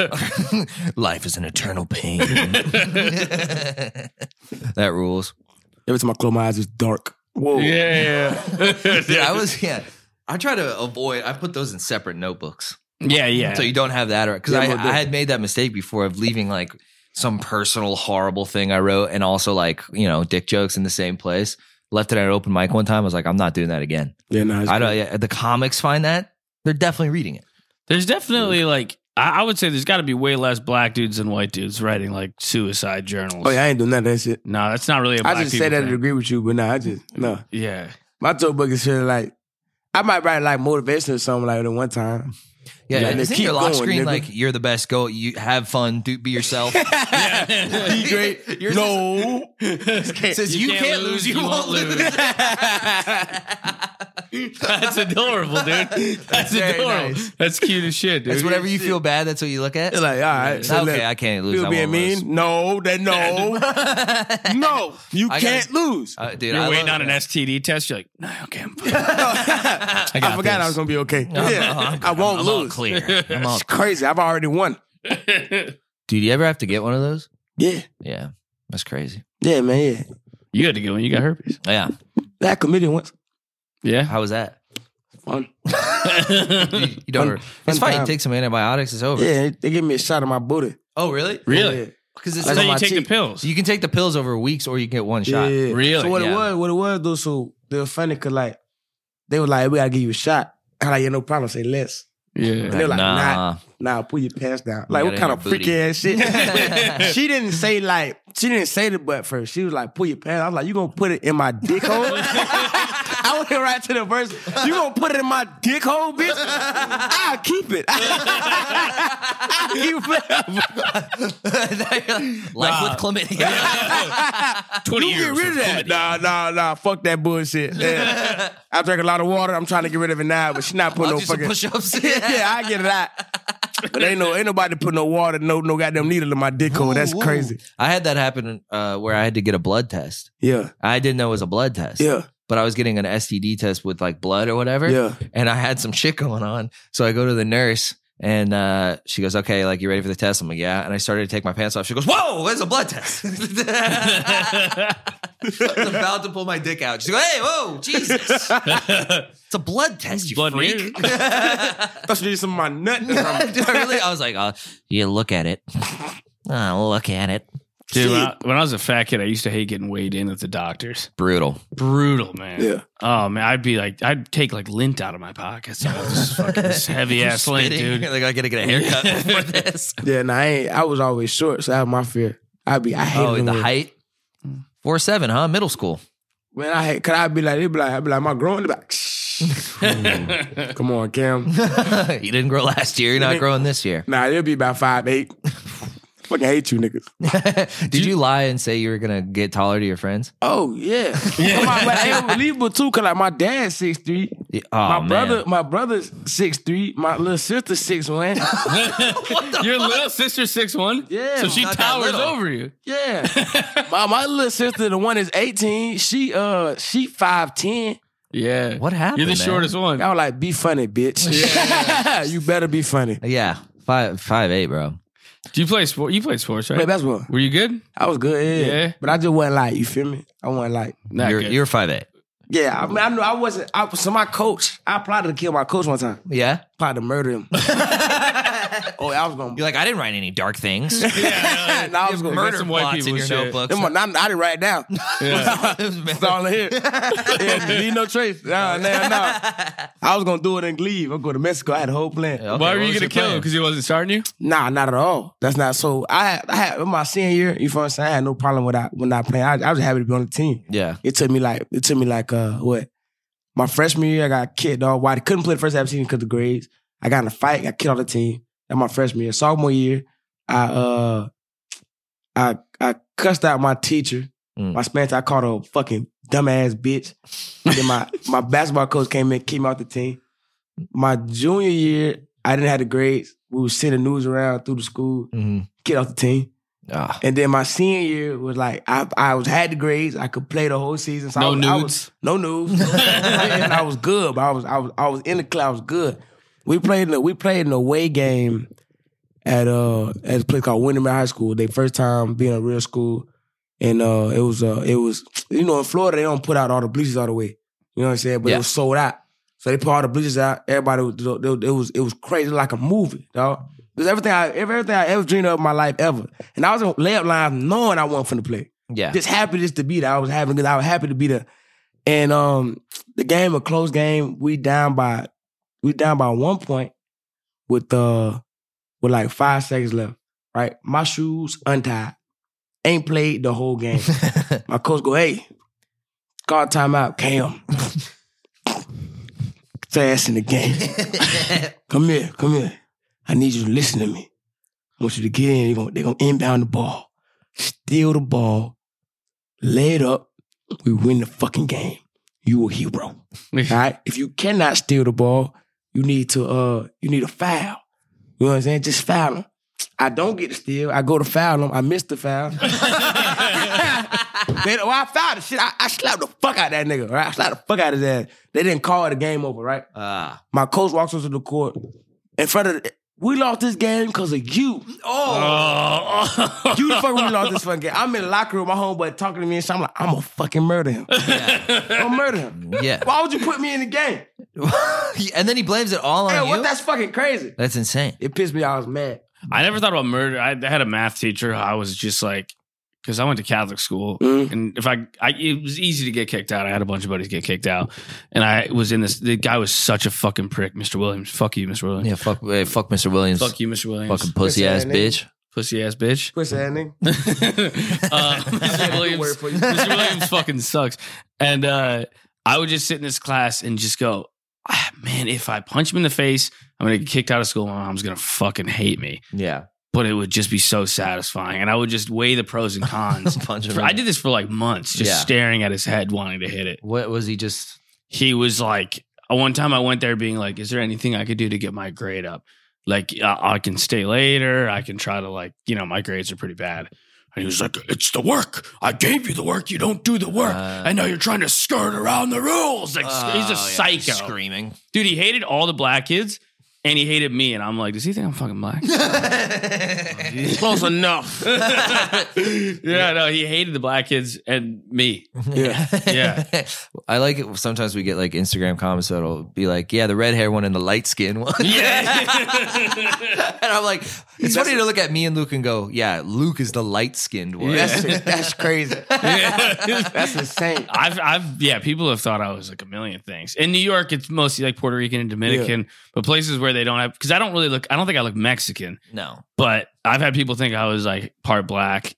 A: Life is an eternal pain. that rules.
B: Every time I close my eyes, it's dark. Whoa.
C: yeah, yeah.
A: Dude, I was yeah. I try to avoid. I put those in separate notebooks.
C: yeah, yeah.
A: So you don't have that, or because
B: Yeah,
A: I,
B: no,
A: I
B: the-
A: had made that mistake before of leaving like some personal horrible thing I wrote, and also like you know dick jokes in the same place. Left it at an open mic one time. I was like, I'm not doing that again.
B: Yeah, nah, it's
A: I don't.
B: cool.
A: Yeah, the comics find that they're definitely reading it.
C: There's definitely like I, I would say there's got to be way less black dudes than white dudes writing like suicide journals.
B: Oh yeah, I ain't doing none of that shit.
C: No, that's not really. A black
B: I just say
C: people
B: that
C: thing.
B: to agree with you, but nah, I just no.
C: yeah,
B: My tote book is shit like I might write like motivation or something like that one
A: Yeah,
B: time. Yeah,
A: yeah
B: they
A: isn't
B: keep
A: your lock
B: going,
A: screen
B: nigga.
A: like you're the best? Go, you have fun, do be yourself.
B: Be great.
A: Yours
B: no.
A: It says you, can't, lose, you, won't lose.
C: that's adorable, dude. That's
A: very
C: adorable.
A: nice.
C: That's cute as shit, dude.
A: That's whatever you feel bad. That's what you look at.
B: It's like, all right. So
A: okay, I
B: look,
A: can't lose.
B: you
A: I
B: being
A: won't lose.
B: mean? No, that no. no. You
A: I gotta-
B: can't lose.
A: Uh, dude,
C: You're
A: I
C: waiting
A: love-
C: on an STD test. You're like, no, okay, I'm fine.
B: I,
C: got
B: forgot
C: this.
B: I was gonna be okay. yeah.
A: Uh-huh, I'm-
B: I won't
A: I'm all
B: lose.
A: clear. I'm all-
B: It's crazy. I've already won.
A: Dude, you ever have to get one of those?
B: Yeah.
A: Yeah, that's crazy.
B: Yeah, man, yeah.
C: you had to go when you got herpes.
A: Yeah,
B: That comedian once.
C: Yeah.
A: how was that?
B: Fun.
A: You, you don't.
B: Fun-
A: it's
B: fun
A: fine. You
B: time.
A: take some antibiotics. It's over.
B: Yeah, they give me a shot of my booty.
A: Oh, really?
C: really?
B: Yeah.
A: Because it's
C: That's
B: Like
C: how
B: on
C: you
B: my
C: take the
B: cheek.
C: pills.
A: so you can take the pills over weeks, or you can get one shot.
B: Yeah.
C: Really?
B: So what
A: Yeah.
B: it was, what it was though, so they were funny cause like they were like, We gotta give you a shot. I'm like, yeah, no problem, say less.
C: yeah.
B: They're like,
A: nah.
B: Nah, pull your pants down. Like
A: You
B: what
A: gotta have
B: kind of
A: booty.
B: freaky ass shit? she didn't say like she didn't say the butt first. She was like, pull your pants. I was like, you gonna put it in my dick hole? I went right to the verse. You gonna put it in my dick hole, bitch? I'll keep it. I'll keep it forever.
A: Like with chlamydia.
C: 20
B: You get
C: years.
B: rid of that. Nah, nah, nah. Fuck that bullshit. Yeah. I drank a lot of water. I'm trying to get rid of it now, but she not putting
A: I'll
B: no
A: do some
B: fucking.
A: push-ups.
B: yeah, I get it out. But ain't no ain't nobody put no water, no no goddamn needle in my dick hole. That's
A: Ooh, ooh.
B: crazy.
A: I had that happen uh, where I had to get a blood test.
B: Yeah,
A: I didn't know it was a blood test.
B: yeah,
A: But I was getting an STD test with like blood or whatever.
B: yeah.
A: and I had some shit going on. So I go to the nurse and uh, she goes, okay, like you ready for the test? I'm like, yeah. And I started to take my pants off. She goes, whoa, there's a blood test. I was about to pull my dick out. She's like, hey, whoa, Jesus. It's a blood test, you
C: Blood
A: freak.
C: mirror.
A: Do
B: Thought you needed some of my nut.
A: I really? I was like, oh, yeah, look at it. Oh, look at it.
C: Dude, when I, when I was a fat kid, I used to hate getting weighed in at the doctors.
A: Brutal.
C: Brutal, man.
B: Yeah.
C: Oh man, I'd be like, I'd take like lint out of my pocket. So this fucking this heavy ass lint,
A: Spitting.
C: dude.
A: Like, I gotta get a haircut for this.
B: Yeah, and I ain't. I was always short, so that was my fear. I'd be. I hated
A: Oh,
B: them
A: the
B: women.
A: height? Four seven, huh? Middle school.
B: Man, I hate. Could I be like? They be like. I be like. My growing. They be like. "Shh." Come on, Cam.
A: you didn't grow last year. You're not growing this year.
B: Nah, it'll be about five eight. Fucking hate you, niggas.
A: Did you lie and say you were gonna get taller to your friends?
B: Oh yeah, yeah. my, but it's unbelievable too. Cause like my dad's six three,
A: Yeah,
B: my
A: aw, oh, man.
B: brother, my brother's six three, my little sister six one.
C: Your little sister six one.
B: Yeah,
C: So she
A: not that
C: towers
A: little.
C: over you.
B: yeah, my my little sister, the one is eighteen. She uh she five ten.
C: Yeah.
A: What happened?
C: You're the
A: man?
C: shortest one.
B: I was like, be funny, bitch. you better be funny.
A: Yeah, five five eight, bro.
C: Do you play sport? You play sports, right?
B: Play basketball.
C: Were you good?
B: I was good, yeah.
C: Yeah.
B: But I just wasn't like, you feel me? I wasn't like,
C: Not
A: you're
C: good.
A: you're five eight.
B: yeah. I mean, I knew I wasn't. I, so my coach, I plotted to kill my coach one time.
A: Yeah,
B: Plotted to murder him. oh, I was gonna.
A: you're like I didn't write any dark things.
B: Yeah, I was gonna
A: Murder
C: some white
A: plots in
C: people
A: your
C: shit.
A: notebooks.
B: Them, I, I didn't write it down.
C: Yeah.
B: It's all in here. yeah, leave no trace. Nah, nah, nah. I was gonna do it and leave. I'm going to Mexico. I had a whole plan.
A: Okay,
C: Why
A: what
C: were you
A: was
C: gonna
A: your
C: kill him?
A: plan?
C: Because he wasn't starting you?
B: Nah, not at all. That's not so. I had, I had in my senior year. You feel what I'm saying? I had no problem with I, when not playing. I, I was happy to be on the team.
A: Yeah,
B: It took me like it took me like uh what my freshman year. I got kicked off. Why I couldn't play the first half of the season because of grades. I got in a fight. Got kicked off the team. That my freshman year. Sophomore year, I uh I I cussed out my teacher.
A: Mm.
B: My Spanish. I called her a fucking dumbass bitch. then my my basketball coach came in, came out the team. My junior year, I didn't have the grades. We was sending news around through the school.
A: Mhm.
B: Get off the team.
A: Ah,
B: And then my senior year was like I I was had the grades. I could play the whole season. So I
C: No
B: was, I was-
C: nudes?
B: no nudes. and I was good, but I was I was I was in the club. I was good. We played in the, we played an away game at uh at a place called Windermere High School. They first time being a real school, and uh it was uh it was you know in Florida they don't put out all the bleachers all the way. You know what I'm saying? But
A: Yeah.
B: it was sold out. So they put all the bleachers out. Everybody, was, it was it was crazy like a movie, dog. It was everything I everything I ever dreamed of in my life ever. And I was in layup line knowing I wasn't finna play.
A: yeah.
B: Just happy just to be there. I was having I was happy to be there. And um, the game a close game. We down by we down by one point with uh with like five seconds left. Right, my shoes untied. Ain't played the whole game. My coach go, hey, call timeout, Cam. Fast in the game. Come here, come here. I need you to listen to me. I want you to get in. They're gonna, they gonna inbound the ball, steal the ball, lay it up. We win the fucking game. You a hero. All right. If you cannot steal the ball, you need to uh you need a foul. You know what I'm saying? Just foul them. I don't get to steal. I go to foul them. I miss the foul. They, well, I fouled the shit. I, I slapped the fuck out that nigga, right? I slapped the fuck out of his ass. They didn't call it a game over, right?
A: Ah.
B: My coach walks onto the court in front of the, we lost this game because of you.
C: Oh.
B: You the fuck we lost this fucking game. I'm in the locker room, my homeboy talking to me and shit. I'm like, I'm gonna fucking murder him. I'm gonna murder him.
A: yeah.
B: Why would you put me in the game?
A: and then he blames it all on
B: Hey,
A: you.
B: what? That's fucking crazy.
A: That's insane.
B: It pissed me. off. I was mad.
C: I never thought about murder. I, I had a math teacher. I was just like, because I went to Catholic school,
B: Mm.
C: and if I, I, it was easy to get kicked out. I had a bunch of buddies get kicked out, and I was in this. The guy was such a fucking prick, Mr. Williams. Fuck you, Mr. Williams.
A: Yeah, fuck, hey, fuck Mr. Williams.
C: Fuck you, Mr. Williams.
A: Fucking pussy ass
B: Pussy
A: bitch.
B: ass
C: Pussy ass bitch.
B: Pussy ass nigga.
C: uh,
B: I had
C: Mr.
B: a good word
C: Williams.
B: for you.
C: Mr. Williams fucking sucks. And uh, I would just sit in this class and just go, ah, man, if I punch him in the face, I'm gonna get kicked out of school. My mom's gonna fucking hate me.
A: Yeah.
C: But it would just be so satisfying, and I would just weigh the pros and cons.
A: Punch him
C: For-
A: in
C: I
A: the-
C: did this for like months, just
A: Yeah.
C: staring at his head, wanting to hit it.
A: What was he just?
C: He was like, uh, one time I went there being like, is there anything I could do to get my grade up? Like, uh, I, I can stay later. I can try to, like, you know, my grades are pretty bad. And he was like, it's the work. I gave you the work. You don't do the work.
A: Uh.
C: I know you're trying to skirt around the rules. Like,
A: Oh,
C: he's a
A: yeah,
C: psycho.
A: Screaming.
C: Dude, he hated all the black kids. and he hated me. And I'm like, does he think I'm fucking black?
B: Close enough.
C: yeah, no, he hated the black kids and me.
B: Yeah.
C: Yeah.
A: I like it. Sometimes we get like Instagram comments that'll be like, "Yeah, the red hair one and the light skin one."
C: Yeah.
A: and I'm like, it's funny to look at me and Luke and go, "Yeah, Luke is the light skinned one."
C: Yeah.
B: That's that's crazy. That's insane.
C: I've, I've, yeah, people have thought I was like a million things. In New York, it's mostly like Puerto Rican and Dominican, but places where they don't have, because I don't really look, I don't think I look Mexican,
A: No,
C: but I've had people think I was like part black.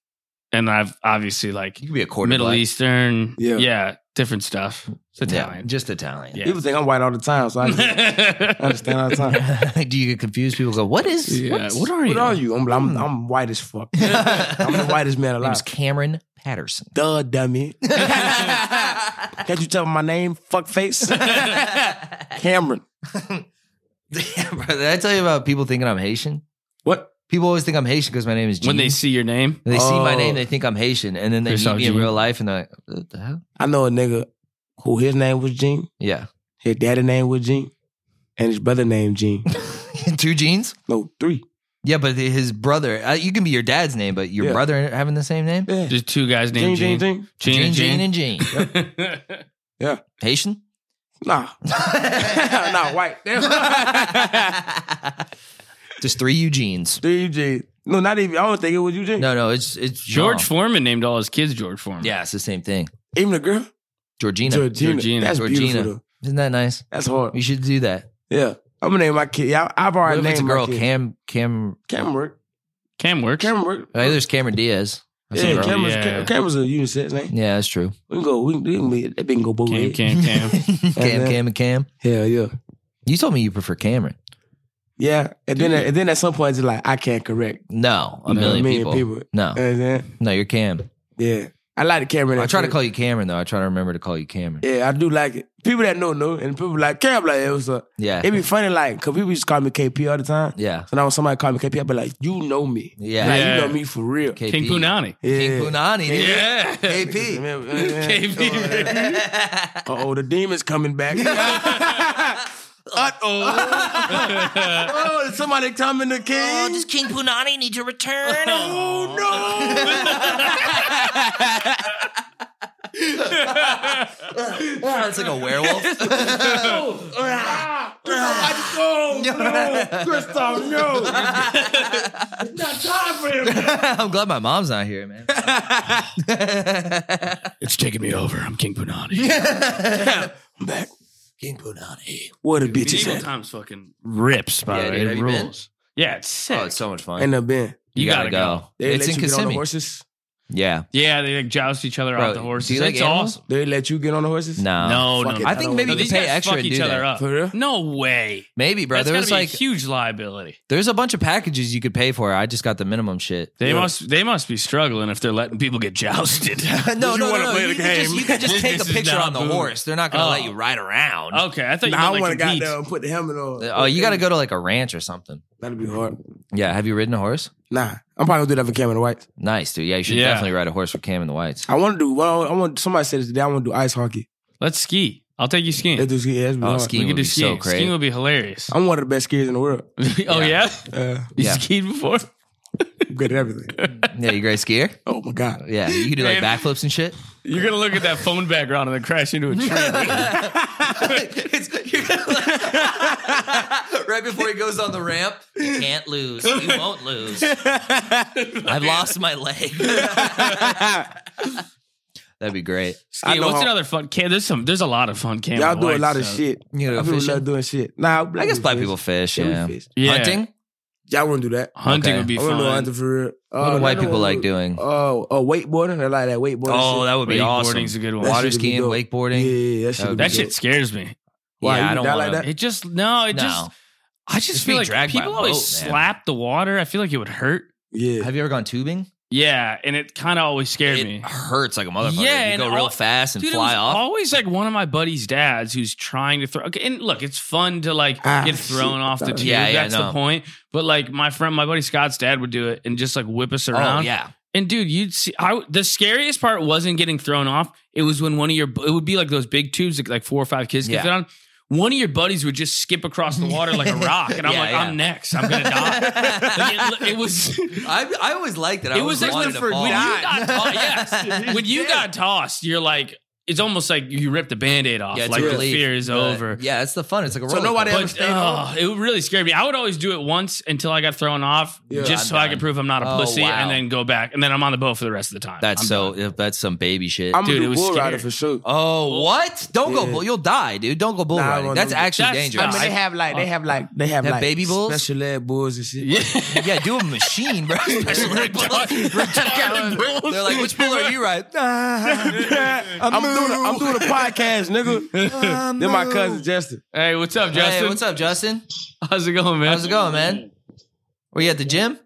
C: And I've obviously like
A: you could be a quarter
C: Middle
A: black.
C: Eastern.
B: Yeah.
C: different stuff. It's
A: Yeah,
C: Italian.
A: just Italian.
C: Yeah.
B: People think I'm white all the time, so I just understand all the time.
A: Do you get confused? People go, "What is?
C: Yeah,
A: What, is,
C: what are you?
B: What are you? I'm,
C: Hmm.
B: I'm, I'm white as fuck. I'm the whitest man
A: Her name's
B: alive.
A: Cameron Patterson.
B: Duh, dummy. Can't you tell my name? Fuck face. Cameron.
A: Damn, bro, did I tell you about people thinking I'm Haitian?
B: What?
A: People always think I'm Haitian because my name is Gene.
C: When they see your name,
A: They see my
B: Oh.
A: name, they think I'm Haitian, and then they
C: They
A: meet
C: saw
A: me in
C: Gene.
A: real life, and they're like, "What the hell?"
B: I know a nigga who his name was Gene.
A: Yeah,
B: His daddy name was Gene. And his brother named Gene.
A: two Genes.
B: No, three.
A: Yeah, but his brother. Uh, you can be your dad's name, but your
B: Yeah.
A: brother having the same name.
B: Yeah.
C: just two guys
B: Gene,
C: named
B: Gene,
C: Gene,
B: Gene.
A: Gene,
C: Gene,
A: Gene, and Gene. Haitian.
B: Nah. nah, white.
A: Just three Eugenes.
B: three Gene. No, not even. I don't think it was Eugene.
A: No, no, it's it's
C: George
A: John.
C: Foreman named all his kids George Foreman.
A: Yeah, it's the same thing.
B: Even the girl?
A: Georgina.
B: Georgina.
C: Georgina.
B: That's
A: Georgina.
B: beautiful. Though.
A: Isn't that nice?
B: That's hard.
A: We should do that.
B: Yeah. I'm gonna name my kid. Yeah, I- I've
A: What
B: already
A: if
B: named
A: it's a girl?
B: my kid.
A: Cam Cam.
B: Cameron work.
C: Cam works.
B: Cameron work.
A: I there's Cameron Diaz. That's a
B: Yeah,
A: girl.
C: Cam-
B: Cameron's,
C: Yeah.
B: Cameron's a unisex name.
A: yeah, that's true.
B: We can go. We can, we can, we, that can go both
C: Cam,
B: ways.
C: Cam,
A: Cam,
C: Cam.
A: Cam,
B: then-
A: and Cam.
B: Hell yeah.
A: You told me you prefer Cameron.
B: Yeah. And then, and then at some point, it's like, I can't correct.
A: No, a
C: No,
A: million,
B: a million
A: people.
B: people.
A: No,
B: You know what I'm saying?
A: no, you're Cam.
B: Yeah. I like the Cameron.
A: I try to call you Cameron though. I try to remember to call you Cameron.
B: Yeah, I do like it. People that know, know. And people like, Cam, like, it was a.
A: Yeah,
B: It'd be funny, like, because people used to call me KP all the time.
A: yeah,
B: So now when somebody called me KP, I'd be like, you know me.
A: yeah.
B: Like,
C: Yeah.
B: you know me for real.
A: KP.
C: King Punani.
B: Yeah.
A: King Punani. dude.
C: Yeah.
A: KP.
C: KP.
B: Uh oh, the demon's coming back. uh oh. oh, is somebody coming to King?
A: Oh, does King Punani need to return?
B: Oh, no.
A: Sounds like a werewolf.
B: oh, no. Christoph, no. It's not time for him.
A: I'm glad my mom's not here, man. Oh,
C: It's taking me over. I'm King Punani.
B: I'm back.
A: King Punani.
B: Where the bitches
C: Medieval
B: at?
C: times fucking rips, by
A: Yeah,
C: the way.
A: dude, have
C: it
A: you been?
C: rules. Yeah, it's sick.
A: Oh, it's so much fun.
B: Ain't never been.
A: you,
C: You
A: gotta,
C: gotta
A: go.
B: They
A: It's
B: let
A: in
B: you get on the
A: Kissimmee.
B: horses.
A: Yeah.
C: yeah, they like joust each other
A: Bro,
C: off the
A: do
C: horses.
A: you like
C: it's
A: animals?
C: awesome.
B: They let you get on the horses?
A: No.
C: No, no,
B: Fuck
C: no.
B: it.
A: I think
B: don't
A: maybe
C: No,
A: you
B: wanna-
A: could
C: these
A: pay
C: guys
A: extra
C: fuck
A: and
C: each
A: do
C: other
A: that.
C: up.
B: For real?
C: No way.
A: Maybe, bro.
C: That's
A: there
C: gotta
A: was
C: be
A: like
C: a huge liability.
A: there's a bunch of packages you could pay for. I just got the minimum shit.
C: They
B: Yeah.
C: must they must be struggling if they're letting people get jousted.
A: no, no,
B: you
A: no,
B: wanna
A: no.
B: play
A: you,
B: the
A: could Just,
B: game.
A: you could just
C: This
A: take a
C: is
A: picture
C: not
A: on the Oh.
C: booed.
A: horse. They're not gonna
C: Oh.
A: let you ride around.
C: okay, I thought you
B: Nah, I
C: meant
B: want
C: like
B: to got
C: compete.
B: there and put the helmet on.
A: Oh, you gotta go to like a ranch or something.
B: That'd be hard.
A: Yeah. Have you ridden a horse?
B: Nah, I'm probably gonna do that for Cameron White.
A: Nice, dude. Yeah, you should
C: Yeah.
A: definitely ride a horse for Cam and the Whites.
B: I want to do. Well, I want. Somebody said this today. I want to do ice hockey.
C: Let's ski. I'll take you skiing.
B: Let's do ski. Yeah, that's be
A: Oh,
B: hard.
A: ski.
C: we
A: would
C: could do
A: be so
C: skiing.
A: great.
C: skiing would be hilarious.
B: I'm one of the best skiers in the world.
C: oh yeah,
B: Uh,
C: you
A: Yeah.
C: skied before.
B: I'm good at everything.
A: Yeah, you a great skier?
B: Oh my god.
A: Yeah, you can do like
C: Man.
A: backflips and shit.
C: You're gonna look at that phone background and then crash into a tree.
A: It's- you're gonna like- right before he goes on the ramp, you can't lose. You won't lose. I've lost my leg. That'd be great.
B: I
C: Skiing.
B: know
C: What's
B: how-
C: another fun? Cam, there's some. There's a lot of fun. Cam.
B: Y'all
C: and
B: do a
C: White
B: lot of
C: stuff.
B: shit.
A: You know,
B: I people
A: fishing?
B: love doing shit. Nah,
A: I guess black people fish.
B: Yeah, we
A: Yeah,
B: fish.
C: Yeah.
A: hunting.
B: Y'all want to do that?
C: Hunting
A: Okay.
C: would be
B: I want to know
C: fun.
B: hunting for real.
A: What
B: Uh,
A: do white
B: another
A: people
B: one
A: like
B: we-
A: doing?
B: Oh, uh, wakeboarding. They like that wakeboarding.
A: Oh,
B: shit.
A: that would be awesome.
C: Wakeboarding's a good one.
B: That
A: Water
B: shit would be
A: skiing,
B: dope.
A: wakeboarding.
B: Yeah, that shit.
A: That
B: would be
C: That shit
B: dope.
C: scares me.
B: Why,
A: yeah,
B: you
A: I don't
B: die
A: want
B: like that?
C: It just no. It
A: No.
C: just. I just
A: Just
C: feel
A: being
C: like
A: dragged by
C: people
A: a
C: always
A: boat, man.
C: slap the water. I feel like it would hurt.
B: Yeah.
A: Have you ever gone tubing?
C: Yeah, and it kind of always scared
A: It
C: me.
A: hurts like a motherfucker.
C: Yeah,
A: you
C: and
A: go real
C: all-
A: fast and
C: Dude, it
A: fly
C: was
A: off.
C: always like one of my buddy's dads who's trying to throw. Okay, and look, it's fun to like
B: Ah,
C: get thrown
B: shit.
C: off the tube.
A: Yeah, yeah,
C: That's
A: no.
C: the point. But like my friend, my buddy Scott's dad would do it and just like whip us around.
A: oh yeah,
C: And dude, you'd see. I the scariest part wasn't getting thrown off. It was when one of your it would be like those big tubes that like four or five kids
A: Yeah.
C: get fit on. one of your buddies would just skip across the water like a rock, and I'm
A: Yeah,
C: like,
A: yeah.
C: I'm next. I'm gonna die. Like, it, it was.
A: I, I always liked it. I
C: It was
A: always
C: like
A: wanted
C: when,
A: to
C: when you
A: fall.
C: got tossed, yes. when you got tossed, you're like, it's almost like you ripped the band-aid off.
A: Yeah, it's
C: like
A: a
C: the
A: relief.
C: fear is
A: Yeah.
C: over.
A: Yeah, it's the fun. It's like a roller
B: nobody-
A: coaster.
B: ever
C: But
B: stayed
C: oh, it really scared me. I would always do it once until I got thrown off,
B: Yeah,
C: just
A: I'm
C: so I
A: done.
C: could prove I'm not a
A: Oh,
C: pussy,
A: wow.
C: and then go back, and then I'm on the boat for the rest of the time.
A: That's
C: I'm
A: so.
C: done.
A: That's some baby shit.
B: I'm
C: Dude, it
B: gonna do
C: was
B: bull rider for
C: scary.
B: sure.
A: oh, what? Don't go
B: Yeah.
A: bull. You'll die, dude. Don't go bull
B: Nah, I
A: riding.
B: won't
A: That's
B: do-
A: actually
C: That's-
A: dangerous.
C: I mean, they
B: have like they have like they have,
A: Have baby bulls?
B: special ed bulls and shit.
C: Yeah.
A: yeah, do a machine, bro.
C: Retarded bulls.
A: They're like, which bull are you riding? Ah,
B: I'm, doing a, I'm doing a podcast, nigga.
A: ah,
B: then my
A: moo.
B: cousin Justin.
C: Hey, what's up,
A: Hey,
C: Justin?
A: what's up, Justin?
C: How's it going, man?
A: How's it going, man? Were you at the gym?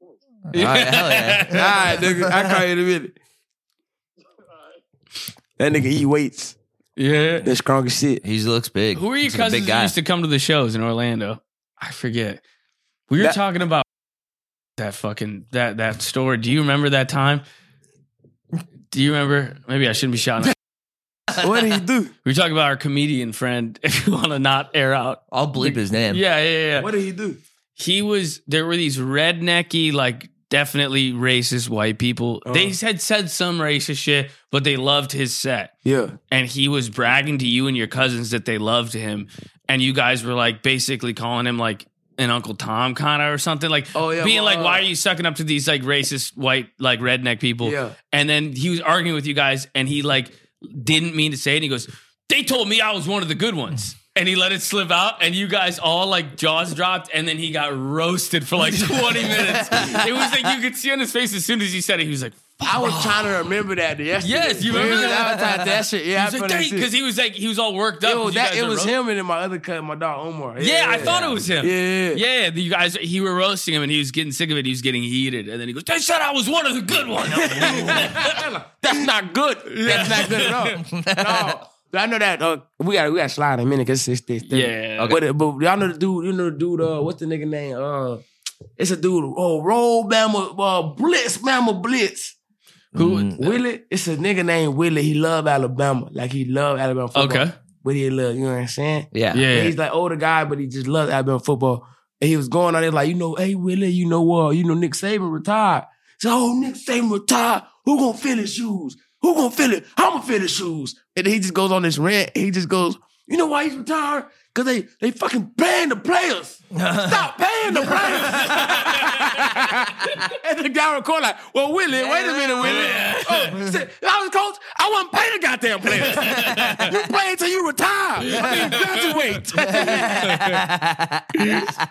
A: All right, hell yeah.
B: All right, nigga. I call you in a minute. That nigga eat weights.
C: Yeah.
B: That's strong as shit.
A: He looks big.
C: Who are your
A: He's
C: cousins
A: A big
C: that
A: guy.
C: used to come to the shows in Orlando? I forget. We were
B: That-
C: talking about that fucking that that story. Do you remember that time? Do you remember? Maybe I shouldn't be shouting.
B: What did he do?
C: we were talking about our comedian friend. If you want to not air out,
A: I'll bleep his name.
C: yeah, yeah, yeah.
B: What did he do?
C: He was. There were these rednecky, like definitely racist white people.
B: Oh.
C: They had said some racist shit, but they loved his set.
B: Yeah.
C: and he was bragging to you and your cousins that they loved him, and you guys were like basically calling him like an Uncle Tom kind of or something, like
B: Oh, yeah,
C: being
B: well,
C: like,
B: uh,
C: "Why are you sucking up to these like racist white like redneck people?"
B: Yeah.
C: And then he was arguing with you guys, and he like didn't mean to say it. And he goes, "They told me I was one of the good ones." And he let it slip out, and you guys all like jaws dropped, and then he got roasted for like 20 minutes. It was like you could see on his face as soon as he said it, he was like,
B: I was trying to remember that yesterday.
C: Yes, you remember
B: Yeah,
C: that?
B: I was trying to- that shit. Yeah, I feel that shit.
C: because he was like, he was all worked up.
B: Yo,
C: 'cause you
B: that
C: guys
B: it
C: are
B: was
C: roasted.
B: him and then my other cousin, my dog Omar.
C: Yeah, I thought it was him.
B: Yeah.
C: Yeah, the- you guys, he were roasting him and he was getting sick of it. He was getting heated. And then he goes, They said I was one of the good ones.
B: That's not good. That's not good at all. No. But I know that uh, we got we got slide in a minute because it's this thing.
C: yeah.
A: Okay.
B: But uh, but y'all know the dude. You know the dude. Uh, what's the nigga name? Uh, it's a dude. Oh, roll Bama uh, Blitz Bama Blitz. Mm.
C: Who?
B: Willie. It's a nigga named Willie. He love Alabama. Like he love Alabama football.
C: Okay.
B: But he love. You know what I'm saying?
A: Yeah.
B: And
C: Yeah.
B: He's like older guy, but he just loves Alabama football. And he was going on there like, you know, hey Willie, you know what? you know Nick Saban retired. So oh, Nick Saban retired. Who gonna fill his shoes? Who gonna fill it? I'm gonna fill his shoes. And he just goes on this rant. He just goes, you know why he's retired? Cause they they fucking paying the players. Stop paying the players. and the guy record like, well, Willie, wait a minute, Willie. Oh, shit. If I was coach, I wouldn't pay the goddamn players. you play until you retire. I mean, graduate.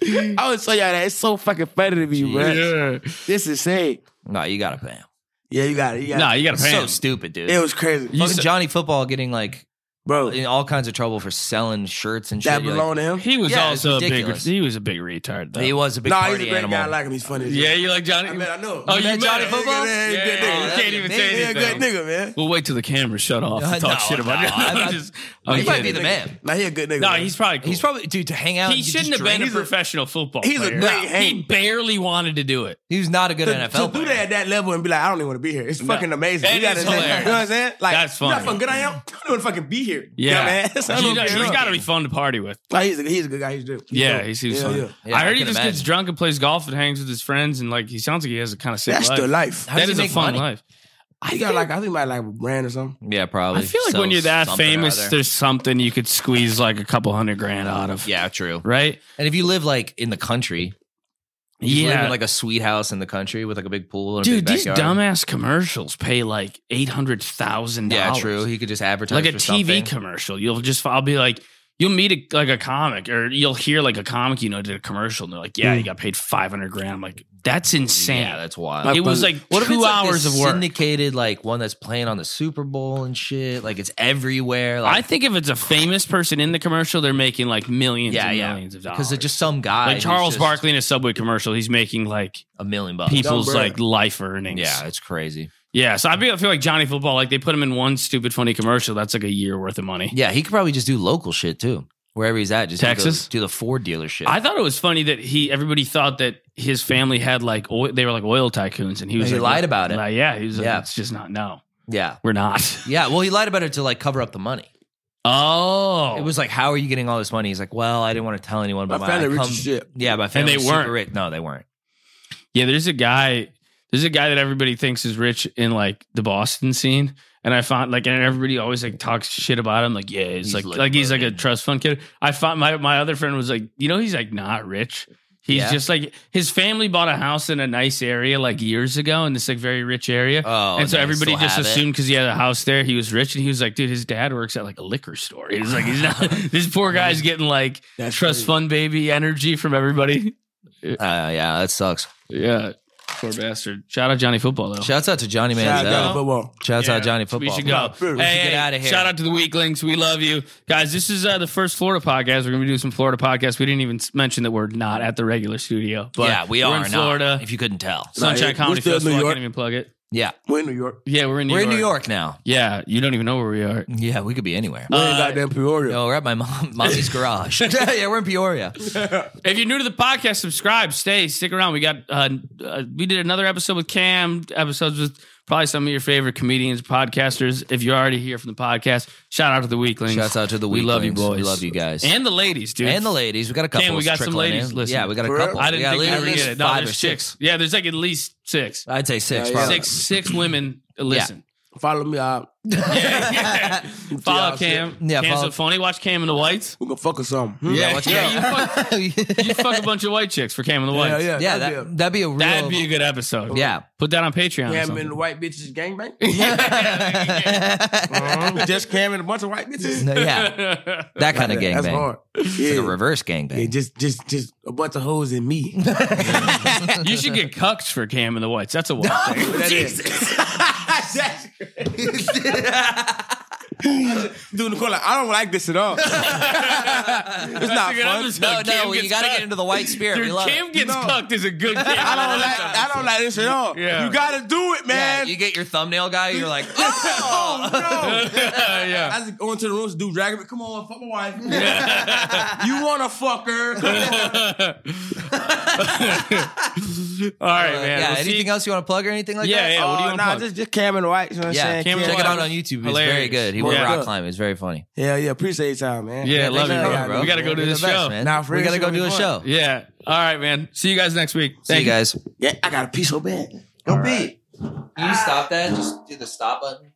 B: I would tell y'all that it's so fucking funny to me, bro.
C: yeah.
B: This is insane.
A: No, you gotta pay him.
B: Yeah, you got it. You got
C: Nah,
B: it.
C: you got to pay
A: So
C: him.
A: stupid, dude.
B: It was crazy,
C: You
A: Fucking
C: said-
A: Johnny Football getting like
B: bro.
A: in all kinds of trouble for selling shirts and shit.
B: That
A: You're
B: belonged to him.
C: He was
A: Yeah, it's
C: also a big,
A: ridiculous.
C: he was a big retard though.
A: like, he was a big
B: Nah, he's a
A: party
B: great
A: animal.
B: guy. I like him. He's funny. as
C: yeah,
B: shit.
C: you like Johnny?
B: I mean, I know.
C: Oh,
B: him.
C: you
A: met
C: met
A: Johnny
C: him.
A: Football?
B: Yeah,
C: Yeah,
B: he's a good
C: yeah,
B: nigga.
A: Oh,
C: you can't even
A: that's
C: say
A: amazing.
B: Yeah, a good
C: anything.
B: nigga, man.
C: We'll wait till the camera shut off
A: Uh,
C: to talk
A: no,
C: shit about
A: no,
C: him.
A: I- I-
C: I'm just-
A: He
C: I'm
A: might be
C: kidding.
A: the man.
B: Nah, he a good nigga.
C: No,
B: man.
C: he's probably cool.
A: He's probably dude to hang out.
C: he
A: and just
C: shouldn't have been a
A: drink.
C: professional football
B: he's a
C: player.
B: great
C: he
B: hanger.
C: barely wanted to do it.
A: He was not a good
B: to,
A: NFL.
B: to
A: player.
B: do that at that level and be like, I don't even want to be here. It's fucking amazing.
C: That
B: you gotta
C: is
B: say-
C: hilarious.
B: You know what I'm saying? Like,
C: That's
B: You know how
C: funny.
B: fucking good I am. I don't even fucking be here.
C: Yeah,
B: you know, man. So I
C: He-
B: don't
C: he's,
B: care.
C: got to be fun to party with.
B: Like, he's, a, he's a good guy. He's dope. He's
C: Yeah,
B: dope.
C: he seems
B: Yeah,
C: fun.
B: yeah.
A: Yeah,
C: I heard
A: I
C: he
A: can
C: just gets
A: imagine.
C: drunk and plays golf and hangs with his friends and like he sounds like he has a kind of sick
B: That's
C: life.
B: the life.
A: How
C: That
A: does he make
C: is a fun
A: money?
C: life.
B: He got like I think he might like a brand or something.
A: Yeah, probably.
C: I feel like when
A: Sells
C: you're that
A: Oh, something or
C: famous,
A: other.
C: there's something you could squeeze like a couple hundred grand out of.
A: yeah, true.
C: Right?
A: And if you live like in the country, you live
C: Yeah.
A: in like a sweet house in the country with like a big pool and a
C: Dude,
A: big
C: these
A: backyard.
C: dumbass commercials pay like eight hundred thousand
A: Yeah,
C: dollars.
A: true. He could just advertise
C: Like a
A: for
C: TV
A: something.
C: commercial. You'll just I'll be like You'll meet a, like a comic, or you'll hear like a comic you know did a commercial, and they're like, "Yeah,
B: Mm.
C: you got paid five hundred grand." I'm like, "That's insane."
A: Yeah, that's wild.
C: it was like
A: What if
C: two
A: it's like
C: hours
A: this
C: of work.
A: syndicated, like one that's playing on the Super Bowl and shit? Like it's everywhere. Like,
C: I think if it's a famous person in the commercial, they're making like millions
A: Yeah,
C: and
A: yeah.
C: millions of dollars.
A: because it's just some guy,
C: like
A: who's
C: Charles
A: just Oh,
C: Barkley in a Subway commercial, he's making like
A: a million bucks.
C: people's
B: Dumb
C: like
B: bread.
C: life earnings.
A: Yeah, it's crazy.
C: yeah. So I feel, I feel like Johnny Football, like they put him in one stupid funny commercial, that's like a year worth of money.
A: Yeah, he could probably just do local shit too, wherever he's at. Just do the-
C: Texas?
A: do the, Ford dealership.
C: I thought it was funny that he everybody thought that his family had like oil, they were like oil tycoons, and he was
A: He
C: like,
A: lied about it.
C: Like, yeah, he was like,
A: Yeah.
C: it's just not. No,
A: yeah,
C: we're not.
A: yeah. Well, he lied about it to like cover up the money.
C: Oh,
A: It was like, how are you getting all this money? He's like, well, I didn't want to tell anyone
B: My
A: about my.
B: family
A: I
B: rich
A: come-
B: as shit.
A: Yeah, my family
C: they
A: was
C: weren't.
A: super rich. No, they weren't.
C: Yeah, there's a guy. There's a guy that everybody thinks is rich in like the Boston scene, and I found like, and everybody always like talks shit about him. Like, yeah, it's
A: He's
C: like
A: like
C: like, he's like a
A: Logan.
C: trust fund kid. I found my my other friend was like, you know, he's like not rich. He's
A: Yeah.
C: just like his family bought a house in a nice area like years ago in this like very rich area.
A: Oh,
C: and so
A: they
C: everybody
A: still
C: just
A: have it.
C: assumed because he had a house there, he was rich, and he was like, "Dude, his dad works at like a liquor store." He was like, "He's not." this poor guy's getting like
B: That's
C: trust
B: crazy.
C: fund baby energy from everybody.
A: Uh, yeah, that sucks.
C: Yeah. Poor bastard. Shout out Johnny Football though.
A: Shouts out to Johnny
B: Shout out
A: Manziel.
B: Johnny Football.
A: Shouts
C: Yeah,
A: out Johnny Football.
C: We should
B: Come
C: go.
B: on,
C: Hey,
A: we should get
C: hey,
A: outta here.
C: Shout out to the weaklings. We love you. Guys, this is uh, the first Florida podcast. We're going to do some Florida podcasts. We didn't even s- mention that we're not at the regular studio. But
A: yeah, we
C: we're
A: are not,
C: in Florida.
A: If you couldn't tell.
C: Sunshine
B: Nah,
C: Comedy
B: we're still in
C: Festival.
B: New
C: I
B: York.
C: can't even plug it.
A: Yeah,
B: We're in New York.
C: Yeah, we're in New
A: we're
C: York.
A: in New York now.
C: Yeah, you don't even know where we are.
A: Yeah, we could be anywhere.
B: We're in
C: Uh,
B: goddamn Peoria.
A: No, we're at my mom, mommy's garage. yeah, yeah, we're in Peoria.
C: If you're new to the podcast, subscribe, stay, stick around. We got uh, uh we did another episode with Cam, episodes with probably some of your favorite comedians, podcasters. If you're already here from the podcast, shout out to the weaklings.
A: Shouts out to the
C: We love you
A: weaklings.
C: boys.
A: We love you guys.
C: And the ladies, dude.
A: And the ladies, we got a couple.
C: Damn, we got some
A: trickling
C: ladies.
A: in.
C: Listen.
A: yeah, we got a
B: For real?
A: couple.
C: I didn't
A: we got
C: think we
A: at
C: were gonna
A: least
C: get it. No,
A: five
C: there's
A: or Uh,
C: chicks. Yeah, there's like at least six.
A: I'd say six.
B: Yeah, yeah.
A: probably.
C: Six six women uh, listen.
B: Follow me out.
C: Follow
B: Yeah,
C: Cam.
A: Yeah,
C: Cam's
A: follow-
C: so funny. Watch Cam and the Whites.
B: We gonna fuck Hmm. or something.
A: Yeah, watch
C: yeah,
A: out.
C: you fuck, you fuck a bunch of white chicks for Cam and the
B: yeah,
C: Whites.
B: yeah.
A: yeah,
B: that'd be
A: that, that'd be a real.
C: That'd be a good episode.
A: yeah.
C: Put that on Patreon.
B: a-
C: or
B: Cam
C: something.
B: and the white bitches gangbang.
A: yeah,
B: Mhm. Just Cam and a bunch of white bitches.
A: that kind of
B: Yeah, That's
A: gangbang.
B: hard. Yeah.
A: Like a reverse
B: Yeah,
A: gangbang.
B: just just just a bunch of hoes and me.
C: you should get cucks for Cam and the Whites. That's a wild thing.
B: That is. That's Dude, Nicole, like, I don't like this at all. it's not
C: good
B: fun.
C: episode.
A: no,
C: Cam
A: no, you
C: gets
A: got to
C: cucked.
A: get into the white spirit.
C: Dude,
A: we love
C: Cam
A: it.
C: gets
B: No.
C: cucked is a good Cam.
B: I don't like. I don't like this at all.
C: Yeah.
B: You gotta do it,
A: Yeah,
B: man.
A: you get your thumbnail guy. You're like,
B: oh no!
C: yeah.
B: I was going to the rooms to do drag. but Come on, fuck my wife. you want to fuck her? Come on.
C: All right,
A: Uh,
C: man.
A: yeah.
C: We'll see
A: anything else you want to plug or anything like
C: Yeah,
A: that?
C: yeah. what do you
B: Oh,
C: unplug?
B: nah, just just Cam and White. You know what I'm
A: Yeah,
B: saying?
A: check
C: Cameron
B: Cam
A: it
C: White.
A: out on YouTube. It's very
C: Hilarious.
A: good. He
B: Well,
A: was rock
B: good.
A: climbing. It's very funny.
B: Yeah, yeah. Appreciate your time, man.
C: Yeah,
A: Thanks
C: love
A: for
C: you,
A: coming,
B: bro.
C: We gotta go
A: You're
C: do
A: the
C: this
A: best,
C: show.
A: man.
B: Nah, for
A: we
B: real,
A: gotta
B: it's
A: go
B: gonna
A: do
B: be
A: a
B: fun.
A: show.
C: Yeah. All right, man. See you guys next week.
A: See you guys.
B: Yeah, I got a piece so bad. Don't be.
A: Can you stop that? Just do the stop button.